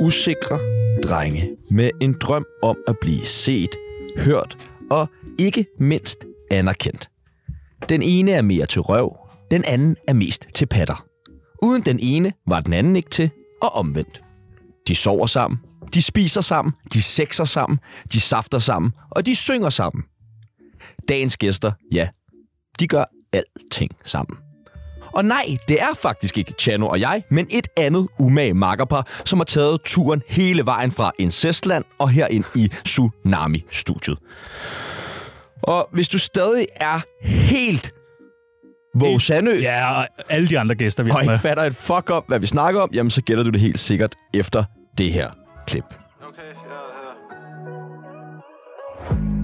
usikre drenge med en drøm om at blive set, hørt og ikke mindst anerkendt. Den ene er mere til røv, den anden er mest til patter. Uden den ene var den anden ikke til, og omvendt. De sover sammen, de spiser sammen, de sexer sammen, de safter sammen, og de synger sammen. Dagens gæster, ja, de gør alting sammen. Og nej, det er faktisk ikke Chano og jeg, men et andet umage makkerpar, som har taget turen hele vejen fra Incestland og herind i Tsunami-studiet. Og hvis du stadig er helt Våge Sandø, ja. Ja, og alle de andre gæster, vi og har ikke med. fatter et fuck op, hvad vi snakker om, jamen så gætter du det helt sikkert efter det her klip. Okay, ja, ja.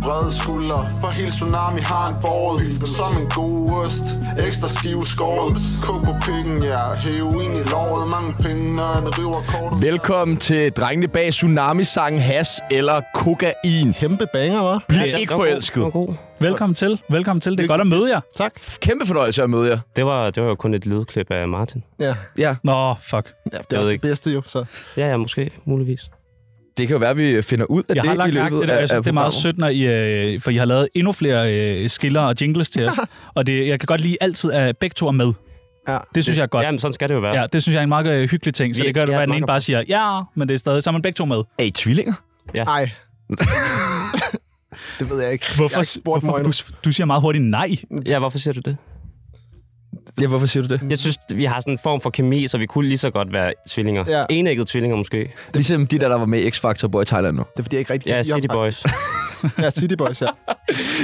Brede skuldre, for hele tsunami har en båret Som en god ost, ekstra skive skåret Kog på pikken, ja, heroin i låret Mange penge, når han river kortet Velkommen til drengene bag Tsunami-sangen Has eller Kokain. Kæmpe banger, var. Bliv ikke forelsket. god. Velkommen til. Velkommen til. Det er godt at møde jer. Tak. Kæmpe fornøjelse at møde jer. Det var, det var jo kun et lydklip af Martin. Ja, Ja, Nå, fuck. ja det Jeg er også ved det ikke. bedste jo, så. Ja, ja, måske. Muligvis. det kan jo være, at vi finder ud af Jeg det har i lagt mærke løbet til det, og jeg synes, af det er meget programmet. sødt, når I, øh, for I har lavet endnu flere øh, skiller og jingles til os. og det, jeg kan godt lide altid, at begge to er med. Ja. Det synes jeg er godt. Jamen, sådan skal det jo være. Ja, det synes jeg er en meget øh, hyggelig ting. Så Vi- det gør det, vi er at et den ene makkerpar. bare siger, ja, men det er stadig, så er man begge to med. Er I tvillinger? Ej. det ved jeg ikke. jeg har ikke spurgt mig hvorfor endnu. du, du siger meget hurtigt nej. Ja, hvorfor siger du det? Ja, hvorfor siger du det? Jeg synes, vi har sådan en form for kemi, så vi kunne lige så godt være tvillinger. Ja. Enægget tvillinger måske. Det... Ligesom de der, der var med i X-Factor, bor i Thailand nu. Det er fordi, jeg ikke rigtig... Ja, jeg- City Boys. Ja, City Boys, ja.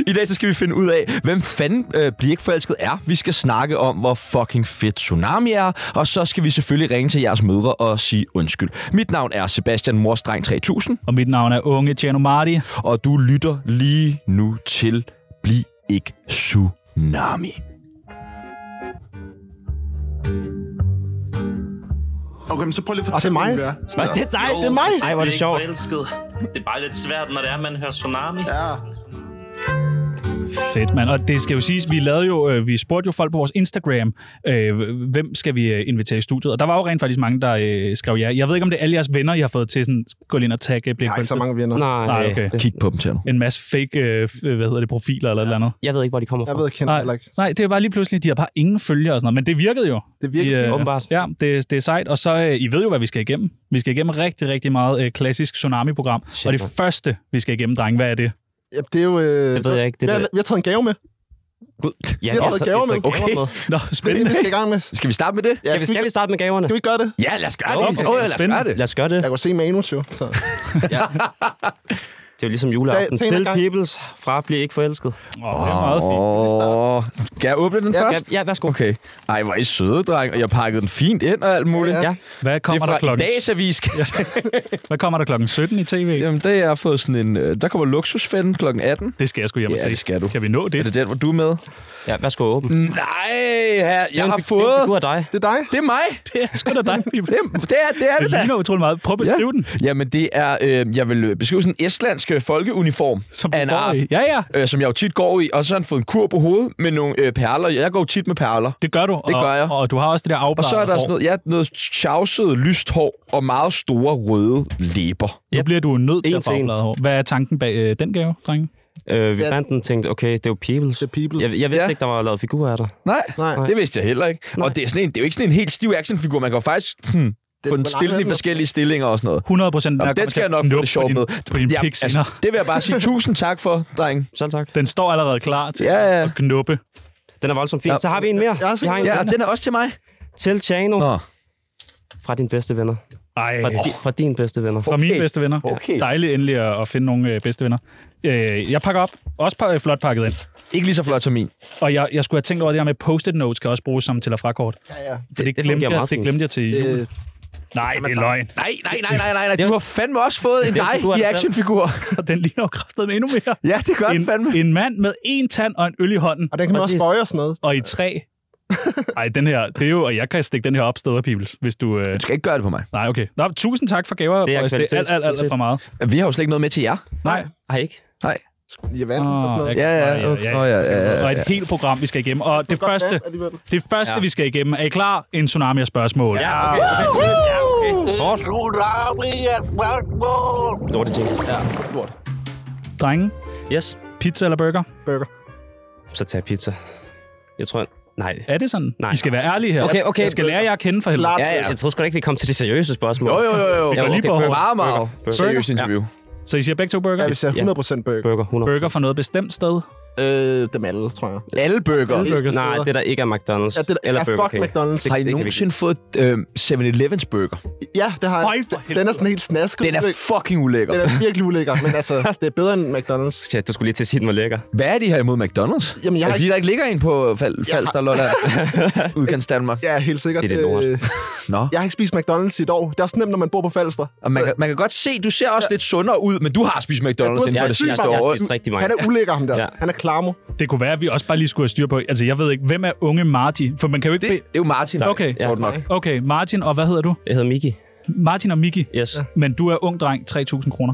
I dag så skal vi finde ud af, hvem fanden øh, Bliv ikke forelsket er. Vi skal snakke om, hvor fucking fedt Tsunami er, og så skal vi selvfølgelig ringe til jeres mødre og sige undskyld. Mit navn er Sebastian Morstreng 3000, Og mit navn er Unge Tjerno Marti. og du lytter lige nu til Bliv ikke Tsunami. Okay, men så prøv lige at Og Ah, det er fortælle mig. hvem vi er. Sådan der. Nej, det er mig. Ej, hvor er det Ikke sjovt. Forelsket. Det er bare lidt svært, når det er, man hører tsunami. Ja, Fedt, mand. Og det skal jo siges, vi lavede jo, øh, vi spurgte jo folk på vores Instagram, øh, hvem skal vi øh, invitere i studiet? Og der var jo rent faktisk mange, der øh, skrev ja. Jeg ved ikke, om det er alle jeres venner, I har fået til sådan, gå lige ind og tagge Jeg Blik har ikke så mange venner. Nej, Nej, okay. det, Kig på dem til nu. en masse fake, øh, f- hvad hedder det, profiler eller ja. et eller andet. jeg ved ikke, hvor de kommer fra. Jeg ved, jeg kender heller Nej, ikke. nej, det var bare lige pludselig, de har bare ingen følgere og sådan noget, men det virkede jo. Det virker I, øh, Åbenbart. Ja, det, det er sejt. Og så, øh, I ved jo, hvad vi skal igennem. Vi skal igennem rigtig, rigtig meget øh, klassisk Tsunami-program. Shit, og det mand. første, vi skal igennem, dreng, hvad er det? Ja, det er jo... Øh, Det ved jeg ikke. Det vi, har, der- vi har taget en gave med. Gud. Ja, Vi har taget gaver med. gaver med. Nå, Det er det, spændende. vi skal i gang med. Skal vi starte med det? Ja, Skal vi, skal vi starte med gaverne? skal vi ikke gøre det? Ja, lad os gøre Jo, det. okay. Åh, lad os gøre Spændende. det. Lad os gøre det. Jeg kunne se manus jo, så... Det er jo ligesom juleaften. Tag- tag en Til gang. Peoples fra Bliv ikke forelsket. Åh, det er meget fint. Åh, kan jeg åbne den Ja, først? Ja, ja værsgo. Okay. Ej, hvor er I søde, dreng. Og jeg pakkede den fint ind og alt muligt. Ja. Ja, Hvad Det kommer, er der fra klokken, dagsavis. hvad kommer der klokken 17 i tv? Jamen, det er fået sådan en... øh, Der kommer luksusfælden kl. 18. Det skal jeg sgu hjem og Ja, se. det skal du. Kan vi nå det? Er det den, hvor du er med? ja værsgo åben. Nej, her, jeg har Det er en fået... figur af dig. Det er dig. Det er mig. Det er sgu da dig, Bibel. Det er det, er, det, er Det det da. ligner utrolig meget. Prøv at beskrive den. Jamen, det er... Øh, jeg vil øh, beskrive sådan en estlandsk øh, folkeuniform Som af en du går art, i. Ja, ja, øh, som jeg jo tit går i. Og så har han fået en kur på hovedet med nogle øh, perler. Jeg går jo tit med perler. det gør du. Det og, gør jeg. Og du har også det der Og afbladet så er der hår. sådan noget, ja, noget tjavset, lyst hår og meget store røde læber. Nu Yep. bliver du nødt til En at få til en. afbladet hår. Hvad er tanken bag øh, den gave, drenge? Øh, vi Ja. fandt den og tænkte, okay, det er jo Peoples. Det er Peoples. Jeg, jeg vidste Ja. ikke, der var lavet figurer af dig. Nej, Nej. det vidste jeg heller ikke. Og det er, sådan en, det er jo ikke sådan en helt stiv actionfigur. Man kan jo faktisk sådan, få er den hvor lang stillet er i den? forskellige stillinger og sådan noget. 100 procent. Jamen, den skal jeg nok få det sjovt med. På din Ja, altså, pik senere. det vil jeg bare sige tusind tak for, dreng. Selv tak. Den står allerede klar til Ja, ja. at knuppe. Den er voldsomt fin. Så har vi en mere. Jeg har Vi har en Ja, ja. og den er også til mig. til Chano Nå, fra dine bedste venner. Ej, Fra, di, fra dine bedste venner. fra mine okay. bedste venner. Okay. Dejligt endelig at, at finde nogle øh, bedste venner. Øh, jeg pakker op. Også pa- flot pakket ind. ikke lige så flot som min. Og jeg, jeg skulle have tænkt over det her med post-it notes, kan også bruges som til- og frakort. For Ja, ja. det, det, det glemte, fungerer jeg, meget det fint. glemte jeg til jul. Øh, Nej, det er løgn. Nej, nej, nej, nej, nej, nej. Du har fandme også fået en Det er dig figuren i selv. actionfigur. Og den ligner jo kraftedeme endnu mere. Ja, det gør den fandme. en, en mand med en tand og en øl i hånden, Og den kan man også Præcis. bøje og sådan noget. og i træ. Ej, den her, det er jo, og jeg kan stikke den her op steder, Pibels, hvis du... Øh... Du skal ikke gøre det på mig. Nej, okay. Nå, tusind tak for gaver, Det er Boris. det er kvalitet. alt, alt, alt, alt for meget. Vi har jo slet ikke noget med til jer. Nej. Har I ikke? Nej. i vand oh, og sådan jeg- noget. Ja, ja, og- okay. Nå, ja, ja, ja, Og et helt program, vi skal igennem. Og det Godt første, vand alligevel. det første Ja. vi skal igennem, er I klar? En tsunami af spørgsmål. Ja, okay. Ja, okay. Hårdt. Lorte ting. Ja, lort. Drenge, Yes. pizza eller burger? Burger. Så tag pizza. Jeg tror... Nej. Er det sådan? Nej. I skal være ærlige her. Okay, okay. Jeg skal lære jer at kende for helvede. Klart. Ja, ja. Jeg troede sgu da ikke, vi kom til det seriøse spørgsmål. Jo, jo, jo, jo. Ja, går lige på burger, hårdt. Meget, meget. burger, burger. Seriøst interview. Så I siger begge to burger? Ja, vi ser 100% burger. Burger, 100. Burger fra noget bestemt sted? Øh, dem alle, tror jeg. Alle bøger. burger. Nej, det der ikke er McDonald's. Ja, det der, eller ja, Burger fuck King. McDonald's. Det- Har I kan vi nogensinde fået øh, 7-Elevens bøger? Ja, det har jeg. Øj, for helvede. Den er sådan helt snasket. Den er fucking ulækker. den er virkelig ulækker, men altså, det er bedre end McDonald's. Shit, du skulle lige til at sige, den var lækker. Hvad er de her imod McDonald's? Jamen, jeg er har det, fordi, ikke- der ikke ligger en på Fal- Falster, Lolland, udkants Danmark? Ja, helt sikkert. Det er det lort. Øh, Nå. jeg har ikke spist McDonald's i et år. Det er også nemt, når man bor på Falster. Og man, Så- kan, man kan godt se, du ser også lidt sundere ud, men du har spist McDonald's inden Jeg for Jeg, det jeg, jeg, sidste jeg har år. spist rigtig mange. Han er ulækker, ham der. Ja. Han er klarmo. Det kunne være, at vi også bare lige skulle have styr på... Altså, jeg ved ikke, hvem er unge Martin? For man kan jo ikke... Det, det er jo Martin. Okay. Ja. Godt nok. be- Okay, Martin, og hvad hedder du? Jeg hedder Miki. Martin og Miki. Yes. Ja. Men du er ung dreng, 3.000 kroner.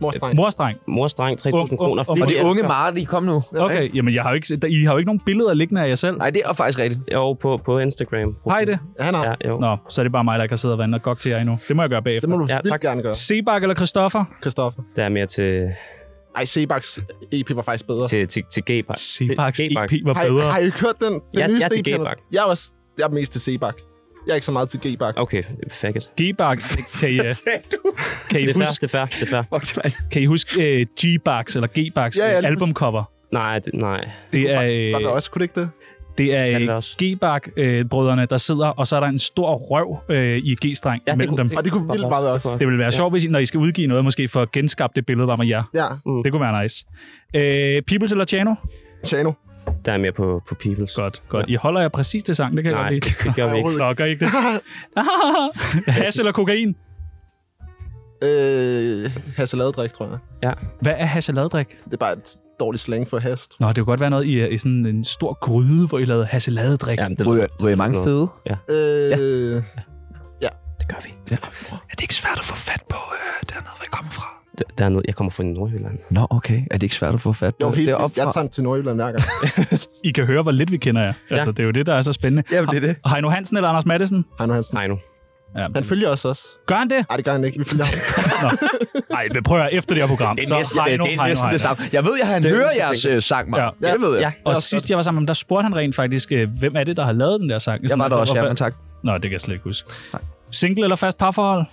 Morstreng. Morstreng. Mors dreng, 3.000 Ung, ung, kroner. ung. Og det Fire er unge elsker. Martin, kom nu. Okay, jamen jeg har jo ikke, der- I har jo ikke nogen billeder liggende af jer selv. Nej, det er faktisk rigtigt. Jo, på, på Instagram. Har I det? Ja, han har. Ja, jo. Nå, så er det bare mig, der ikke har siddet og vandet godt til jer endnu. Det må jeg gøre Det bagefter. må du Ja, ja, vildt tak. gerne gøre, Sebak eller Christoffer? Christoffer. Der er mere til, Ej, Sebaks EP var faktisk bedre. til, til, til G-Bak. Sebaks Til G-Bak. EP var Har, I, bedre. har I hørt den? den Jeg- nye jeg er til Sten- G-Bak. Jeg er også jeg er mest til Sebak. Jeg er ikke så meget til G-Bak. Okay, faggot. G-Bak, kan I, kan Det I er fair, huske, det er fair, det er fair. kan I huske uh, G-Baks eller G-Baks Ja, ja, lige albumcover? Nej, det, nej. Det er, Var der øh, også, kunne det ikke det? det er Ja, det er øh, også. G-Bak-brødrene, der sidder, og så er der en stor røv øh, i G-streng ja, Ja, det mellem kunne- dem. Og det kunne vildt meget være også. Det ville være sjovt, hvis I, når I skal udgive noget, måske for at genskabe det billede, var med jer. Ja, Mm. Det kunne være nice. Øh, People til Luciano? Chano. Der er mere på, på Peoples. Godt, godt. I holder jer præcis til sang, det kan Nej, jeg godt lide. det gør vi ikke. Nå, gør I ikke det? Hash eller kokain? Øh, Hasseladedrik, tror jeg. Ja. Hvad er hasseladedrik? Det er bare et dårligt slang for hast. Nå, det kunne godt være noget i, øh, i sådan en stor gryde, hvor I lavede hasseladedrik. ja men det, Ryger, ryger I mange Nå. fede? Øh, ja. det gør vi. Er det ikke svært at få fat på øh, dernede, hvor I kommer fra? Der, der er noget, jeg kommer fra Nordjylland. Nå, okay. Er det ikke svært at få fat øh, på Jo, helt, det op jeg tager den til Nordjylland hver gang. I kan høre, hvor lidt vi kender jer. Altså, det er jo det, der er så spændende. Jamen, det er det. Har- Heino Hansen eller Anders Madsen? Heino Hansen. Nej nu. Ja, Han følger os også. gør han det? Nej, det gør han ikke. Vi følger ham. Nej, men prøv at høre, efter det her program. Det er næsten, så Heino, det, er Heino, næsten Heino. det samme. Jeg ved, jeg har en hører jeres øh, sang, man. Ja. Ja. Det ved jeg. Ja. Og sidst jeg var sammen med ham, der spurgte han rent faktisk, øh, hvem er det, der har lavet den der sang? Jeg Sådan, var der altså, også, ja, hvor- men tak. Nå, det kan jeg slet ikke huske. Single eller fast parforhold?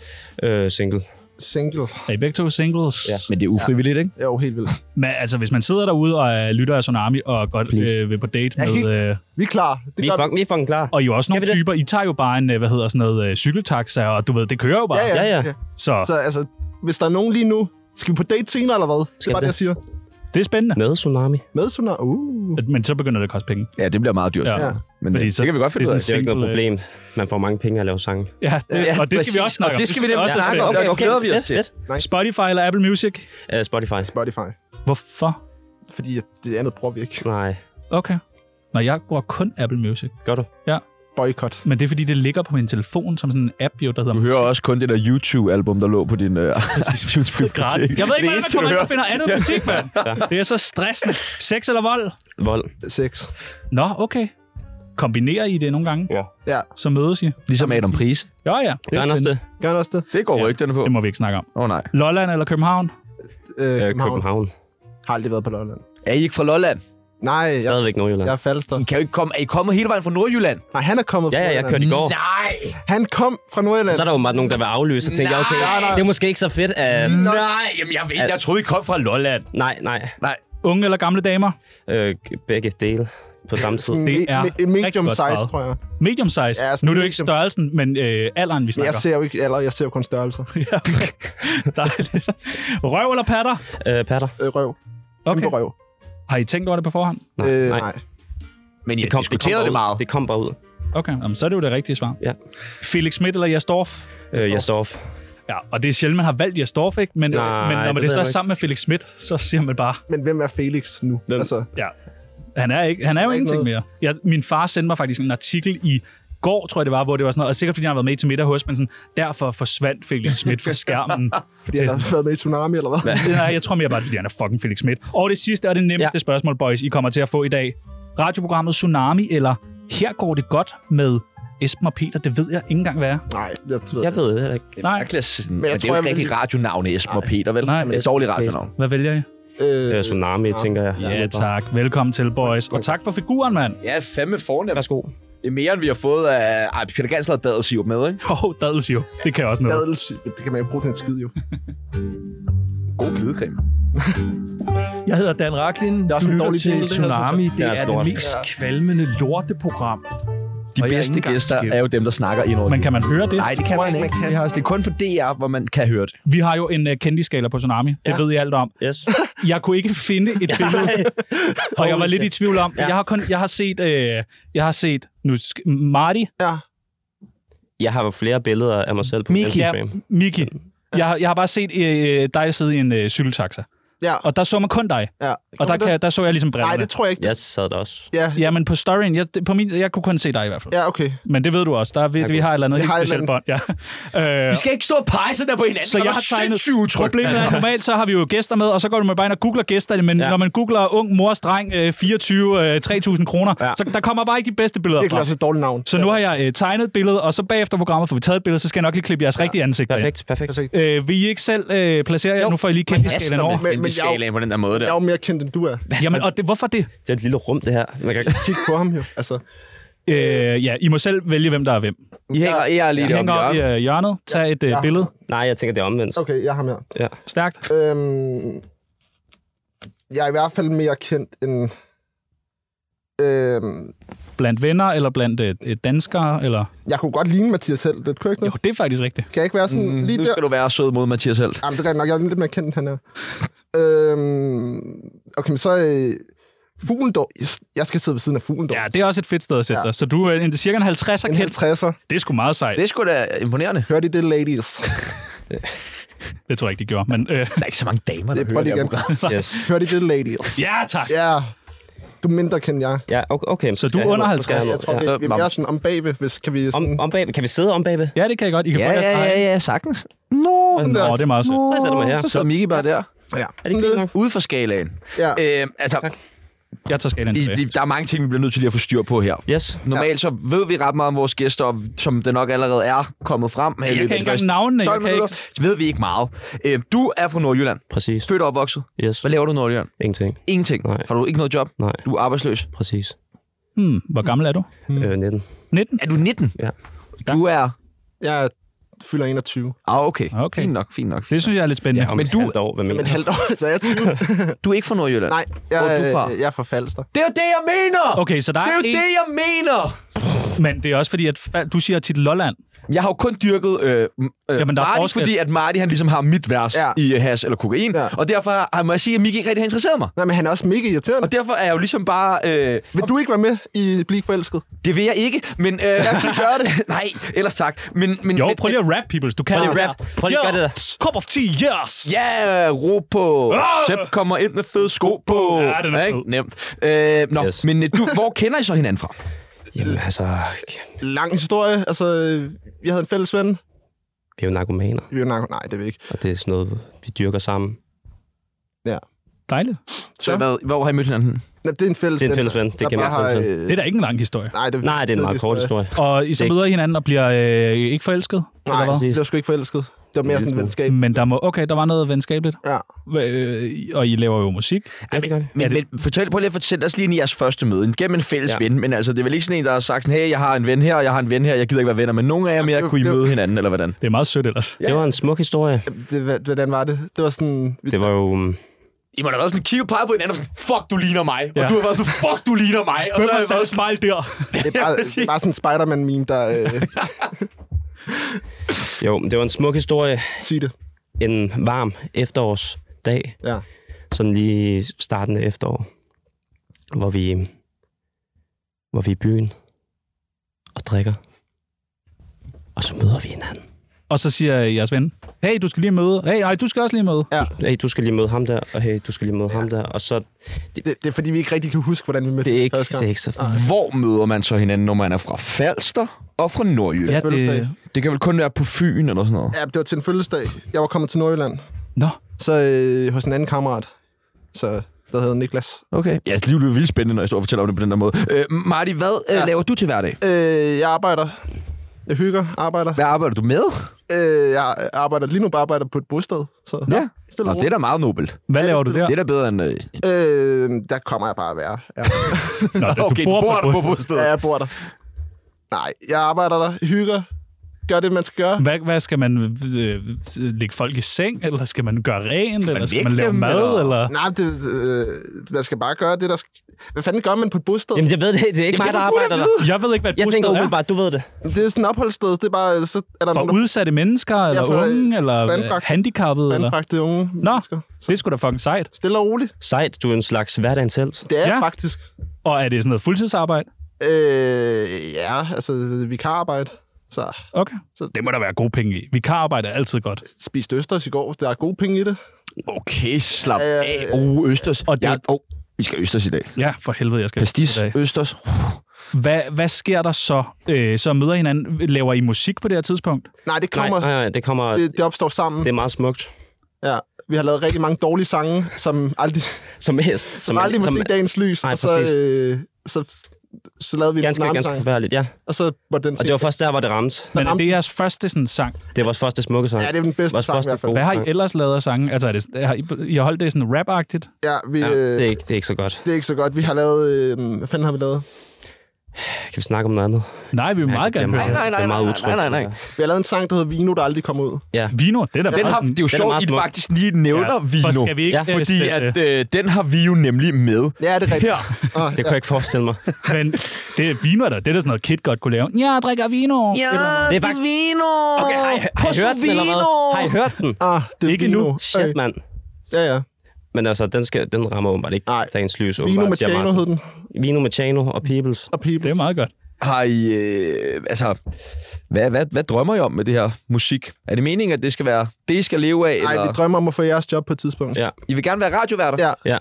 Øh, single. Single. Er I begge to singles? Ja. Men det er ufrivilligt, ikke? Jo, helt vildt. Men altså, hvis man sidder derude og er lytter af Tsunami og godt Please. øh, vil på date Ja, med... helt- Øh, Vi er klar. Det Vi gør er, fucking, vi er fucking klar. og I er jo også Kan nogle vi det? typer. I tager jo bare en, øh, hvad hedder sådan noget, øh, cykeltaxa, og du ved, det kører jo bare. Ja, ja, Ja, ja. ja. Så, Så altså, hvis der er nogen lige nu, skal vi på date senere, eller hvad? det er bare vi det, jeg siger. det er spændende. Med Tsunami. Med Suna. Uh. Men så begynder det at koste penge. Ja, det bliver meget dyrt. Ja. Ja. Men Fordi øh, så- det kan vi godt finde det ud af. er Det er jo ikke noget Single, øh. problem. Man får mange penge at lave sange. Ja, det, ja, og det skal vi præcis. også snakke om. Og det skal vi synes jeg nemlig også er snakke om. Okay, spændende. okay. glæder vi os Fedt, til. fedt. Spotify eller Apple Music? Øh, Spotify. Spotify. Hvorfor? Fordi det andet bruger vi ikke. Nej. Okay. Nå, jeg bruger kun Apple Music. Gør du? Boykot. Men det er, fordi det ligger på min telefon som sådan en app, jo, der hedder... Du hører også kun det der YouTube-album, der lå på din øh, Gratis. iTunes-bibliotek. Jeg ved ikke, Det hvordan man eneste, du kommer ind hører. og finder andet musik, mand. Det er så stressende. Sex eller vold? Vold. Sex. Nå, okay. Kombinerer I det nogle gange? Ja. Ja. Så mødes I? Ligesom Adam Prise. Ja, ja. Det Gør er han også spændende. det? Gør han også det? Det går rygterne på. Det må vi ikke snakke om. Åh oh, nej. Lolland eller København? Øh, Øh, København. København. Har aldrig været på Lolland. Er I ikke fra Lolland? Nej, jeg, Stadigvæk Nordjylland. jeg er Falster. I kan jo ikke komme. Er I kommet hele vejen fra Nordjylland? Nej, han er kommet Ja, fra ja, jeg Nordjylland. kørte i går. Nej! Han kom fra Nordjylland. Så er der jo bare nogen, der vil afløse og tænker, okay, nej. det er måske ikke så fedt. Uh, Nej, jamen jeg ved, ikke. jeg troede, I kom fra Lolland. nej, nej. Nej. Unge eller gamle damer? Øh, begge dele på samme tid. Sådan Det me- er me- en medium rigtig godt size, svaret. tror jeg. Medium size? Ja, sådan nu er det jo ikke medium. størrelsen, men øh, alderen, vi Men jeg snakker. ser jo ikke alder, jeg ser jo kun størrelser. Dejligt. Røv eller patter? Øh, patter. Øh, røv. Okay. Okay. røv. Har I tænkt over det på forhånd? Nej, øh, nej. nej. Men I det kom, diskuterede bare det, ud. meget. Det kom bare ud. Okay, Jamen, så er det jo det rigtige svar. Ja. Felix Schmidt eller Jastorf? Øh, jeg står off. Ja, og det er sjældent, man har valgt Jastorf, ikke? Men, Nej, men når det man ved det så jeg er ikke. sammen med Felix Schmidt, så siger man bare, Men hvem er Felix nu? Hvem? Altså, ja, han er, ikke, han er jo ikke ingenting mere. Ja, min far sendte mig faktisk en artikel i går, tror jeg det var, hvor det var sådan noget, og sikkert fordi han har været med til middag hos, men sådan, derfor forsvandt Felix Schmidt fra skærmen. Fordi han har været med i Tsunami, eller hvad? Nej, jeg tror mere bare, det er, fordi han er fucking Felix Schmidt. Og det sidste og det nemmeste ja. spørgsmål, boys, I kommer til at få i dag. Radioprogrammet Tsunami, eller Her går det godt med Esben og Peter, det ved jeg ikke engang, hvad er. Nej, jeg ved Jeg ved det heller ikke. Nej, Mærkeligt, sådan, men jeg det er tror, jo jeg ikke vil- rigtig radionavn i Esben og Peter, vel? Nej, Nej, men men det er Esben- dårligt radionavn. hvad vælger I? Øh, Det er Øh, tsunami, tænker jeg. Ja, tak. Velkommen til, boys. Og tak for figuren, mand. Ja, fandme fornemt. Værsgo. Det er mere, end vi har fået af... Ej, Peter Gansler og Dadel Sirup med, ikke? Åh, oh, dadels jo. Det kan jeg også noget. Adels, det kan man jo ikke bruge den skid, jo. God glidecreme. Jeg hedder Dan Raklin. Jeg er sådan en dårlig til jingle, det her, Tsunami. Det er er det lort. mest kvalmende lorteprogram. De Og jeg er bedste ikke engang gæster skæv. er jo dem, der snakker ind over Men kan man høre det? Nej, det kan man ikke. Det, er også, det er kun på DR, hvor man kan høre det. Vi har jo en uh, kendiskala på Tsunami. Det ved jeg alt om. Yes. Jeg kunne ikke finde et billede, og jeg var lidt i tvivl om. Jeg har kun, jeg har set, øh, jeg har set nu sk- Marty, Ja. Jeg har flere billeder af mig selv på Miki. Instagram. Miki. Jeg, har- jeg har bare set øh, dig sidde i en øh, cykeltaxa, Ja. og der så man kun dig. ja. Og der, Kommer kan, der så jeg ligesom det? Nej, brillerne. det tror jeg ikke. Jeg sad der også. Ja, Ja, men på storyen, jeg, på min, jeg kunne kun se dig i hvert fald. ja okay. Men det ved du også. Der, er- vi, vi har et eller andet Vi helt har et specielt bånd. Ja. Øh, Vi skal ikke stå og pege sådan der på hinanden. så jeg har tegnet... Problemet er, at normalt så har vi jo gæster med, og så går du med bare ind og googler gæster, men ja. Ja. når man googler ung mors dreng øh, 24, øh, 3.000 kroner, ja. Ja. så der kommer bare ikke de bedste billeder Det er fra. klart et dårligt navn. Så nu har jeg øh, tegnet et billede, og så bagefter programmet får vi taget et billede, så skal jeg nok lige klippe jeres ja. rigtige ansigt Perfekt, perfekt. Perfekt. Ind. Øh, vil I ikke selv øh, placere jer? Nu får I lige kendt skalaen over. Men, Men- men men jeg er jo- på den der måde Jeg der. er jo mere kendt, end du er. Jamen, og det, hvorfor det? Det er et lille rum, det her. Man kan... Kig på ham jo. Altså, Øh, ja, I må selv vælge, hvem der er hvem. I hænger, I er lige Jeg hænger deroppe op i i hjørnet. øh, hjørnet, tag et øh, Ja. billede. Nej, jeg tænker, det er omvendt. okay, jeg har ham her. Stærkt. Øhm, jeg er i hvert fald mere kendt end... Øhm, Blandt venner, eller blandt øh, øh, danskere, eller... jeg kunne godt ligne Mathias Helt lidt, kunne jeg ikke Jo, det? det er faktisk rigtigt. Kan jeg ikke være sådan mm, lige Nu der? skal du være sød mod Mathias Helt. Jamen, det er rigtigt nok. Jeg er lidt mere kendt, end han er. øhm, okay, men så... Øh, Fuglendorf. Jeg skal sidde ved siden af Fuglendorf. Ja, det er også et fedt sted at sætte ja. Ja. sig. Så du er en, cirka en 50'er en kendt. 50'er. Det er sgu meget sejt. Det er sgu da imponerende. Hørte I det, ladies? Det tror jeg ikke, de gjorde. Men, øh, Der er ikke så mange damer, der Det er hører bare det lige her igen. program. Yes. Hørte I det, ladies? ja, tak. Ja. Du er mindre kendt jeg. Altså, Ja, okay. okay. Så du er Skal jeg under have 50? noget? Skal jeg have Jeg tror, noget? ja, så- vi, vi er mere sådan om bagved, hvis kan vi... Ja. Sådan, Om, om bagved. Kan vi sidde om bagved? Ja, det kan jeg godt. I kan Ja, få jeres ja, egen. ja, ja, sagtens. Nå, sådan Nå, det er meget sødt. Så jeg sætter mig her. så sidder Miki bare der. ja, Er det sådan ikke lidt. nok? Ude for skalaen. Ja. Øh, altså, Jeg tager skalaen I, tilbage. I, der er mange ting, vi bliver nødt til lige at få styr på her. Yes. Normalt så ved vi ret meget om vores gæster, og som det nok allerede er kommet frem. her i Jeg løbet kan af ikke de første engang navnene, jeg 12 kan minutter, så ved vi ikke meget. Øh, du er fra Nordjylland. Præcis. Født og opvokset. Yes. Hvad laver du i Nordjylland? Ingenting. Ingenting. Nej. Har du ikke noget job? Nej, Du er arbejdsløs. præcis. Hmm, hvor gammel er du? Mm. Øh, 19. 19? Er du 19? Ja. Du er... Jeg fylder 21. Ah, okay. Okay. Fint nok, fint nok. Det synes jeg er lidt spændende. Om Men et du- halvt år, hvad mener Men halvt år, så er jeg 20. Du er ikke fra Nordjylland. Nej, jeg, Hvor er du fra? jeg er fra Falster. Det er jo det, jeg mener! Okay, så der er, Det er jo en, det, jeg mener! men det er også fordi, at fa- du siger tit Lolland. Jeg har jo kun dyrket øh, øh, Jamen, Jamen, der er Marty, forskel. fordi at Marty han ligesom har mit vers ja. Ja. i øh, hash eller kokain. Ja. Ja. Og derfor har, må jeg sige, at Miki ikke rigtig har interesseret mig. Nej, men han er også mega irriterende. Og derfor er jeg jo ligesom bare... Øh, Vil du ikke være med i Blik Forelsket? det vil jeg ikke, men... Øh, Lad os gøre det. Nej, ellers tak. Men, men, Jo, men, prøv lige at rap, peoples. Du kan Prøv lige det. at rap. Prøv lige at gøre det der. Yeah, Cup of tea, yes! Ja, ro på. Ah! Sepp kommer ind med fede sko på. Ja, den er ikke? fed. Nemt. Øh, nå, yes. Yes. men øh, du, hvor kender I så hinanden fra? du? Jamen altså, Lang historie. Altså, vi havde en fælles ven. vi er jo narkomaner, Vi var narko... Nej, det er vi ikke. og det er sådan noget, vi dyrker sammen. Dejligt. Så Ja. hvad, hvor har I mødt hinanden? Nej, det er en fælles Det er en ven, fælles ven. Det der kan bare være fælles øh, ven. Det er da ikke en lang historie. Nej, det, Nej, det er en meget kort historie. Og I så Det- møder hinanden og bliver øh, ikke forelsket? Nej, eller hvad? det var sgu ikke forelsket. Det var mere sådan et venskab. Men der må, okay, der var noget venskabeligt. Ja. Øh, og I laver jo musik. Ja, det gør vi. Men, men fortæl, prøv lige at fortælle os lige ind i jeres første møde. Gennem en fælles ja. Ja. ven, men altså, det er vel ikke sådan en, der har sagt sådan, hey, jeg har en ven her, og jeg har en ven her, jeg gider ikke være venner med nogen af jer mere, det- kunne I det- møde hinanden, eller hvordan? Det er meget sødt ellers. Det var en smuk historie. Det, hva- hvordan var det? Det var sådan... Vi, Det var jo... mm, I må da have været sådan kigge og pege på hinanden og sådan, fuck, du ligner mig. Ja. Og du har været sådan, fuck, du ligner mig. Og så har jeg været sådan, smile der? det er bare, det er bare sådan en Spider-Man-meme, der øh, Jo, men det var en smuk historie. siger det. En varm efterårsdag. Ja. Sådan lige i starten af efterår. Hvor vi... Hvor vi er i byen. Og drikker. Og så møder vi hinanden. Og så siger jeres ven, hey, du skal lige møde. Hey, nej, du skal også lige møde. Hey, du skal lige møde ham der, og hey, du skal lige møde ja. ham der. Og så, Det, det er fordi, vi ikke rigtig kan huske, hvordan vi mødte det er ikke, første det gang. er ikke så Hvor møder man så hinanden, når man er fra Falster og fra Nordjylland? Ja, fødselsdag. Det kan vel kun være på Fyn eller sådan noget. Ja, det var til en fødselsdag. Jeg var kommet til Nordjylland. Nå, Så øh, hos en anden kammerat, så, der hedder Niklas. Okay. Ja, altså, livet er vildt spændende, når jeg står og fortæller om det på den der måde. Øh, Marty, hvad ja. Ja. laver du til hverdag? Øh, jeg arbejder. Jeg hygger, arbejder. Hvad arbejder du med? Øh, jeg arbejder lige nu bare arbejder på et bosted. Så. Ja. Stille Og og det er da meget nobelt. hvad Ja, laver du det der? Det er da bedre end... Øh, roligt. øh, der kommer jeg bare at være. Ja. Nå, du okay, du bor der på bostedet. ja, jeg bor der. Nej, jeg arbejder der, hygger, gør det, man skal gøre. Hvad, hvad skal man øh, s- lægge folk i seng, eller skal man gøre rent, eller skal vække man lave dem, mad, eller- eller? eller? Nej, det, øh, man skal bare gøre det, der sk- Hvad fanden gør man på et bosted? Jamen, jeg ved det, det er ikke Jamen, mig, der det må du da arbejder der. vide. Jeg ved ikke, hvad et Jeg bosted tænker er. umiddelbart, du ved det. Det er sådan et opholdssted. Det er bare, øh, så er der For udsatte mennesker, eller for, øh, unge, eller anbragt- handicappede, eller? anbragte unge Nå, mennesker. det er sgu da fucking sejt. Stille og roligt. Sejt, du er en slags hverdagens held. Det er Ja. ja. faktisk. Og er det sådan noget fuldtidsarbejde? Øh, ja, altså vikararbejde. Så Okay. Så- Det må der være gode penge i. Vikararbejde er altid godt. spiste østers i går. Der er gode penge i det. Okay, slap Ja, ja, af. ja. Oh, Østers. Og det- Ja, oh, vi skal Østers i dag. Ja, for helvede, jeg skal Pastis, i dag. Østers. Hvad, hvad sker der så? Øh, så møder I hinanden. Laver I musik på det her tidspunkt? Nej, det Nej, kommer. nej, nej, det kommer... Det, det opstår sammen. Det er meget smukt. Ja. Vi har lavet rigtig mange dårlige sange, som aldrig, som, Som, som, som aldrig må se dagens lys. Nej, og så, præcis. øh, så, så lavede vi en ganske, ganske tsunami-sang, forfærdeligt, ja. og så var den Og til. det var først der, hvor det ramte. Men er det jeres første sådan, sang? Det er vores første smukke sang. Ja, det er den bedste vores sang i første hvert fald. gode Hvad har I sang. ellers lavet af sange? Altså, er det, har I, I har holdt det sådan rap-agtigt? Ja, vi, Ja, øh, det, er ikke, det er ikke så godt. det er ikke så godt. Vi har lavet... Øh, hvad fanden har vi lavet? Kan vi snakke om noget andet? Nej, vi vil meget det er gerne høre meget- det. Det er meget utrygt. nej, nej, nej. Vi har lavet en sang, der hedder Vino, der aldrig kom ud. Vino, det er da Den bare har, sådan... det er jo Den er sjovt, meget at I smuk. faktisk lige nævner ja. Vino. For skal vi ikke... Ja, øh, Fordi sætte- at, øh, den har vi jo nemlig med. Ja, det er rigtigt. Her. Åh, Det kunne jeg ikke forestille mig. Men det, vino er der, det er da sådan noget, Kit godt kunne lave. Ja, jeg drikker vino. Ja. Det er faktisk... Vino! Okay, har I, har I hørt den, eller hvad? Har I hørt den? Ah, det er Ikke Vino. endnu. Shit, mand. Ja, ja. Men altså, den, skal, den rammer åbenbart ikke Nej. dagens lys. Vino åbenbart, siger Machano Martin. hed den. Vino Machano og Peoples. Og People. Det er meget godt. Har I, øh, altså, hvad, hvad, hvad drømmer I om med det her musik? Er det meningen, at det skal være det, I skal leve af? Nej, eller? vi drømmer om at få jeres job på et tidspunkt. Ja. I vil gerne være radioværter? Ja.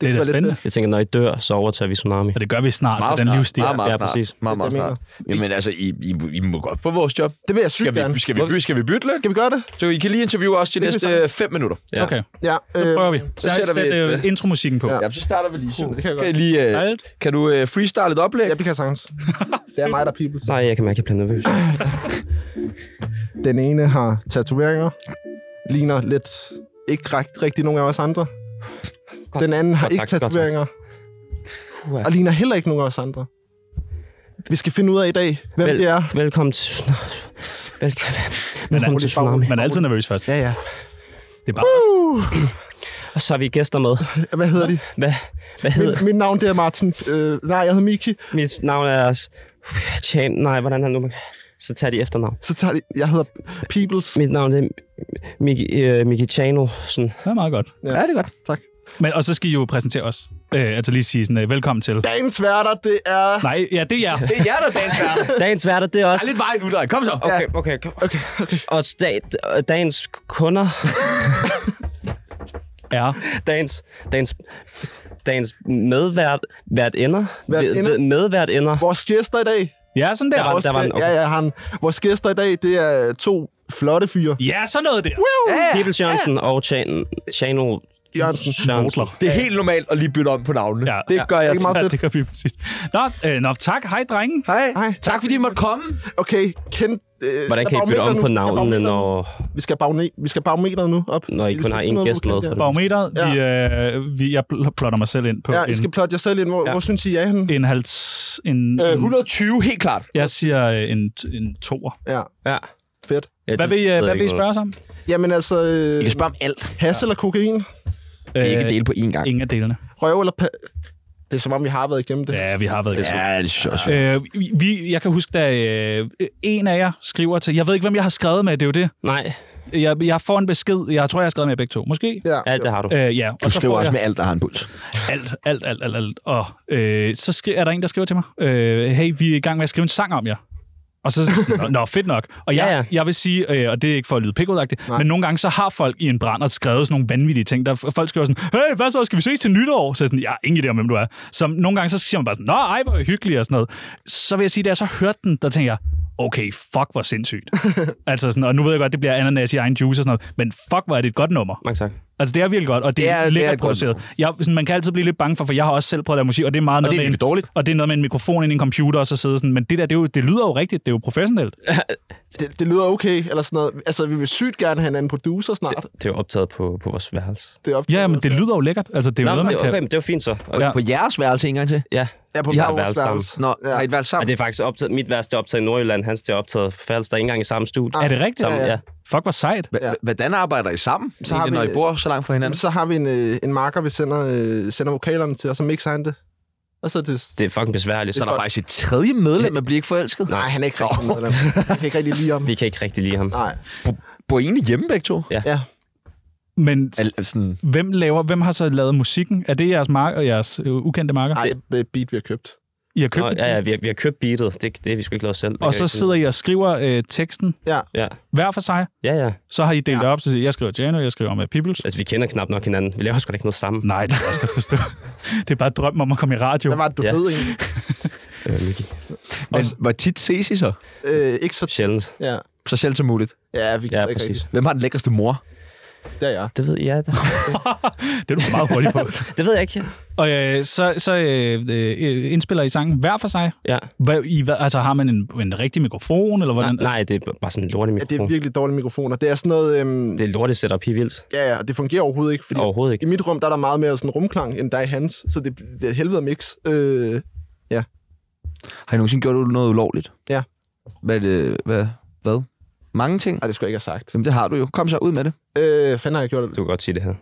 Det er da kunne være lidt spændende. Jeg tænker, når I dør, så overtager vi Tsunami. Og det gør vi snart, Meget med Altså, den snart. livsstil. Meget, meget Ja, snart. præcis. Meget, meget Det er snart. Jamen altså, I, I, I må godt få vores job. Det vil jeg sygt Skal vi, gerne. skal vi, skal vi, skal vi bytte lidt? Skal vi gøre det? Så I kan lige interviewe os de Det kan vi næste fem minutter. Ja. Okay, Ja. øh, så prøver vi. så Så, så sætter vi sæt et, øh, intromusikken på. Ja. Ja, så starter vi lige så. det kan jeg Kan, I lige, øh, Dejligt. kan du øh, freestyle et oplæg? Ja, det kan jeg sagtens. Det er mig, der er people. Nej, jeg kan mærke, at jeg bliver nervøs. Den ene har tatoveringer. Ligner lidt ikke rigt- rigtig nogen af os andre. Den anden har Godt, ikke tak. Godt, tak. tatoveringer. Og ligner heller ikke nogen af os andre. Vi skal finde ud af i dag, hvem Vel- det er. Velkommen til Tsunami. Velkommen, Men er, velkommen til Tsunami. man er altid nervøs først. Ja, ja. Det er bare Og så har vi gæster med. Hvad hedder de? Hvad, hvad hedder Mit, mit navn det er Martin. Øh, nej, jeg hedder Miki. Mit navn er også... Tjen, nej, hvordan er det nu? Så tager de efternavn. Så tager de, jeg hedder Peoples. Mit navn det er Miki, øh, Miki Chano. Sådan. det er meget godt. Ja, det er godt. Men, og så skal I jo præsentere os. Øh, altså lige sige sådan, øh, velkommen til. Dagens værter, det er... Nej, ja, det er jer. Det er jer, der dansker. Dagens værter, det er Der er også... lidt vej nu, der. Kom så. Okay, okay, okay. okay. Og da- og dagens kunder, Ja. dagens, dagens, dagens medvært, vært ender, Værtinder? medvært ender. Vores gæster i dag. Ja, sådan der. Ah, Der var- der var den. Ja, ja, han. Vores gæster i dag, det er to flotte fyre. Ja, sådan noget der. Peoples Jørgensen og Chan, Chano Jørgensen. Jørgensen. Det er helt normalt at lige bytte om på navnene. Ja. Det Ja. gør jeg Ikke meget Ja, tit. fedt. det gør vi præcis. Nå, øh, nå tak. Hej, drenge. Hej. Hej. Tak fordi I måtte komme. Okay, kendt... Øh, Hvordan kan der er I bytte om barometer på nu. Vi skal navnene, barometer når, nu. Vi skal bagne, vi skal barometeret nu op. når I Vi kun skal har finde én noget, gæst hvor med? vi For kan- det? Barometeret. Vi, øh, vi, jeg pl- plotter mig selv ind på Ja, I en, skal plotte jer selv ind. Hvor, Ja. ja. hvor synes I, I er henne? en hals... En, Øh, en, 120, helt klart. jeg siger øh, en, en toer. Ja, Ja. fedt. Ja, Hvad det vil, ved I, øh, jeg hvad vil I ikke spørge os om? Jamen altså, øh, I kan spørge om alt. has eller kokain? Vi kan dele på én gang. Øh, Ingen af delene. Røv eller... Pa- det er som om, vi har været igennem det. Ja, vi har været det. Ja, det synes jeg også. Øh, vi, jeg kan huske, da øh, en af jer skriver til... Jeg ved ikke, hvem jeg har skrevet med, det er jo det. Nej, Jeg, jeg får en besked. Jeg tror, jeg har skrevet med jer begge to. Måske? Ja. alt det har du. Øh, ja, og Du så skriver får også jeg med alt, der har en puls. alt, alt, alt, alt, alt. Og øh, så skri- er der en, der skriver til mig. Øh, hey, vi er i gang med at skrive en sang om jer. Og så, nå, nå, fedt nok. Og jeg, Ja, ja. jeg vil sige, øh, og det er ikke for at lyde pikudagtigt, men nogle gange så har folk i en brænder skrevet sådan nogle vanvittige ting. Der, folk skriver sådan, hey, hvad så, skal vi ses til nytår? Så er jeg sådan, jeg har ingen idé om, hvem du er. Så nogle gange så siger man bare sådan, nå, ej, hvor hyggeligt og sådan noget. Så vil jeg sige, da jeg så hørte den, der tænker jeg, okay, fuck, hvor sindssygt. altså sådan, og nu ved jeg godt, det bliver ananas i egen juice og sådan noget, men fuck, hvor er det et godt nummer. Mange tak. Altså, det er virkelig godt, og det, Det er, er- det lækkert er et godt produceret. Jeg, sådan, man kan altid blive lidt bange for, for jeg har også selv prøvet at lave musik, og det er meget det er noget med en, virkelig dårligt. og det er noget med en mikrofon ind i en computer, og så sidde sådan, men det der, det, er jo, det lyder jo rigtigt, det er jo professionelt. Det, det lyder okay, eller sådan noget. Altså, vi vil sygt gerne have en anden producer snart. Det er jo optaget på, på vores værelse. Det er op til Ja, men os. det lyder jo lækkert. Altså, det er jo Nå, noget, men man det, kan... okay, men det var fint så. Og, Ja. ja. På jeres værelse en gang til? ja. Ja, på I har vores været sammen. værelse. Nå, Ja. har I et værelse Og sammen? det er faktisk optaget, mit værste er optaget i Nordjylland, hans det er optaget på Fals, der er ikke engang i samme studie. Er det rigtigt? Som, ja. Fuck, hvor sejt. Hva- hva- Hvordan arbejder I sammen, så har egentlig, når vi- I bor så langt fra hinanden? Så har vi en, øh, en marker, vi sender, øh, sender vokalerne til, og så mixer han det. Og så er det... Det er fucking besværligt. Så er der faktisk et tredje medlem, at blive ikke forelsket. Nej, han er ikke rigtig noget. Jeg kan ikke rigtig lide ham. Vi kan ikke rigtig lide ham. Nej. Bor I egentlig hjemme begge to? Ja, Men Al- sådan, hvem, laver, hvem har så lavet musikken? Er det jeres, mark- og jeres øh, ukendte marker? nej, det er et beat, vi har købt. I har købt Nå, det? ja, ja, vi har, vi har købt beatet. Det, det har vi sgu ikke lavet selv. Vi kan Og så ikke sidder sådan- I og skriver øh, teksten Ja, hver for sig. ja, ja. Så har I delt ja. op, så siger I, jeg skriver Jano, jeg skriver med Peoples. Altså, vi kender knap nok hinanden. Vi laver sgu da ikke noget sammen. Nej, det kan jeg også godt forstå. det er bare drømmen om at komme i radio. Hvad var det, du Ja. ja. hed egentlig? Øh, Miki. men, hvor tit ses I så? Øh, ikke så... Sjældent. Ja, Så selv som muligt. ja vi kan Ja, ikke præcis. rigtig. Hvem har den lækreste mor? Det er jeg. Det ved jeg. Det, Det er du meget hurtig på. det ved jeg ikke. Og øh, så, så øh, øh, indspiller I sangen hver for sig. Ja. Hvad, I, hvad, altså har man en, en rigtig mikrofon, eller hvordan? Nej, det er bare sådan en lorte Ja, det er mikrofon. virkelig dårlige mikrofoner. Det er sådan noget... Øhm, Det er lorte setup helt vildt. ja, ja, og det fungerer overhovedet ikke, fordi Overhovedet ikke. i mit rum, der er der meget mere sådan rumklang, end der er i hans, så det, det er et helvede mix. Øh, Har I nogensinde gjort noget ulovligt? Ja. Hvad, er det, hvad, hvad? Mange ting? ej, det skulle jeg ikke have sagt. Jamen, det har du jo. Kom så ud med det. Øh, fanden har jeg gjort Du kan godt sige det her.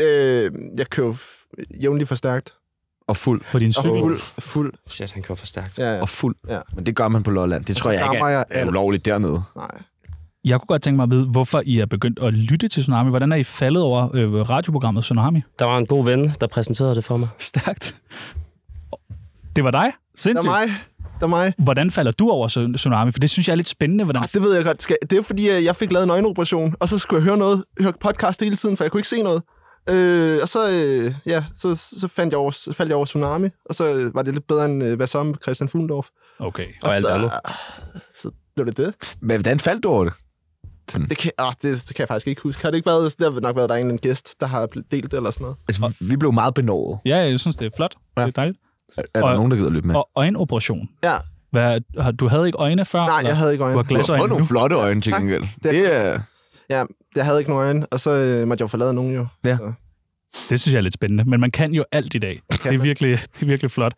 Øh, jeg kører jævnligt forstærkt. Og fuld. På din Og cykel? fuld, fuld. Shit, han kører for stærkt. Ja, ja. Og fuld. Ja. Men det gør man på Lolland. Det tror jeg ikke rammer er, jeg er alt. ulovligt dernede. Nej. Jeg kunne godt tænke mig at vide, hvorfor I er begyndt at lytte til Tsunami. Hvordan er I faldet over øh, radioprogrammet Tsunami? Der var en god ven, der præsenterede det for mig. Stærkt. Det var dig? Der er Sindssygt. mig. Der er mig. Hvordan falder du over Tsun- Tsunami? For det synes jeg er lidt spændende. Hvordan... Ah, det ved jeg godt. Skal, det er jo fordi, øh, jeg fik lavet en øjenoperation, og så skulle jeg høre noget, høre podcast hele tiden, for jeg kunne ikke se noget. Øh, og så, øh, ja, så, så fandt jeg over, så faldt jeg over Tsunami, og så øh, var det lidt bedre end øh, hvad så med Christian Fuglendorf. Okay. Og alt så, øh, andet. Så blev det det. Men hvordan faldt du over det? Det kan, ah, det, det kan jeg faktisk ikke huske. Har det ikke været, det har nok været, der er en eller anden gæst, der har delt det eller sådan noget. Altså, vi- vi blev meget benådet. Ja, jeg synes, det er flot. Ja. Ja. Det er dejligt. Er, er der Og- nogen, der gider løbe med? Og øjenoperation. Ja. Hvad, har- du havde ikke øjne før? Nej, eller? jeg havde ikke Du øjne. har glasøjne nu. flotte øjne til tak. gengæld. Det- Det er... Ja, jeg havde ikke nogen øjne, og så øh, måtte jeg jo forlade nogen jo. Ja. Så. Det synes jeg er lidt spændende. Men man kan jo alt i dag. Det er virkelig, det er virkelig flot.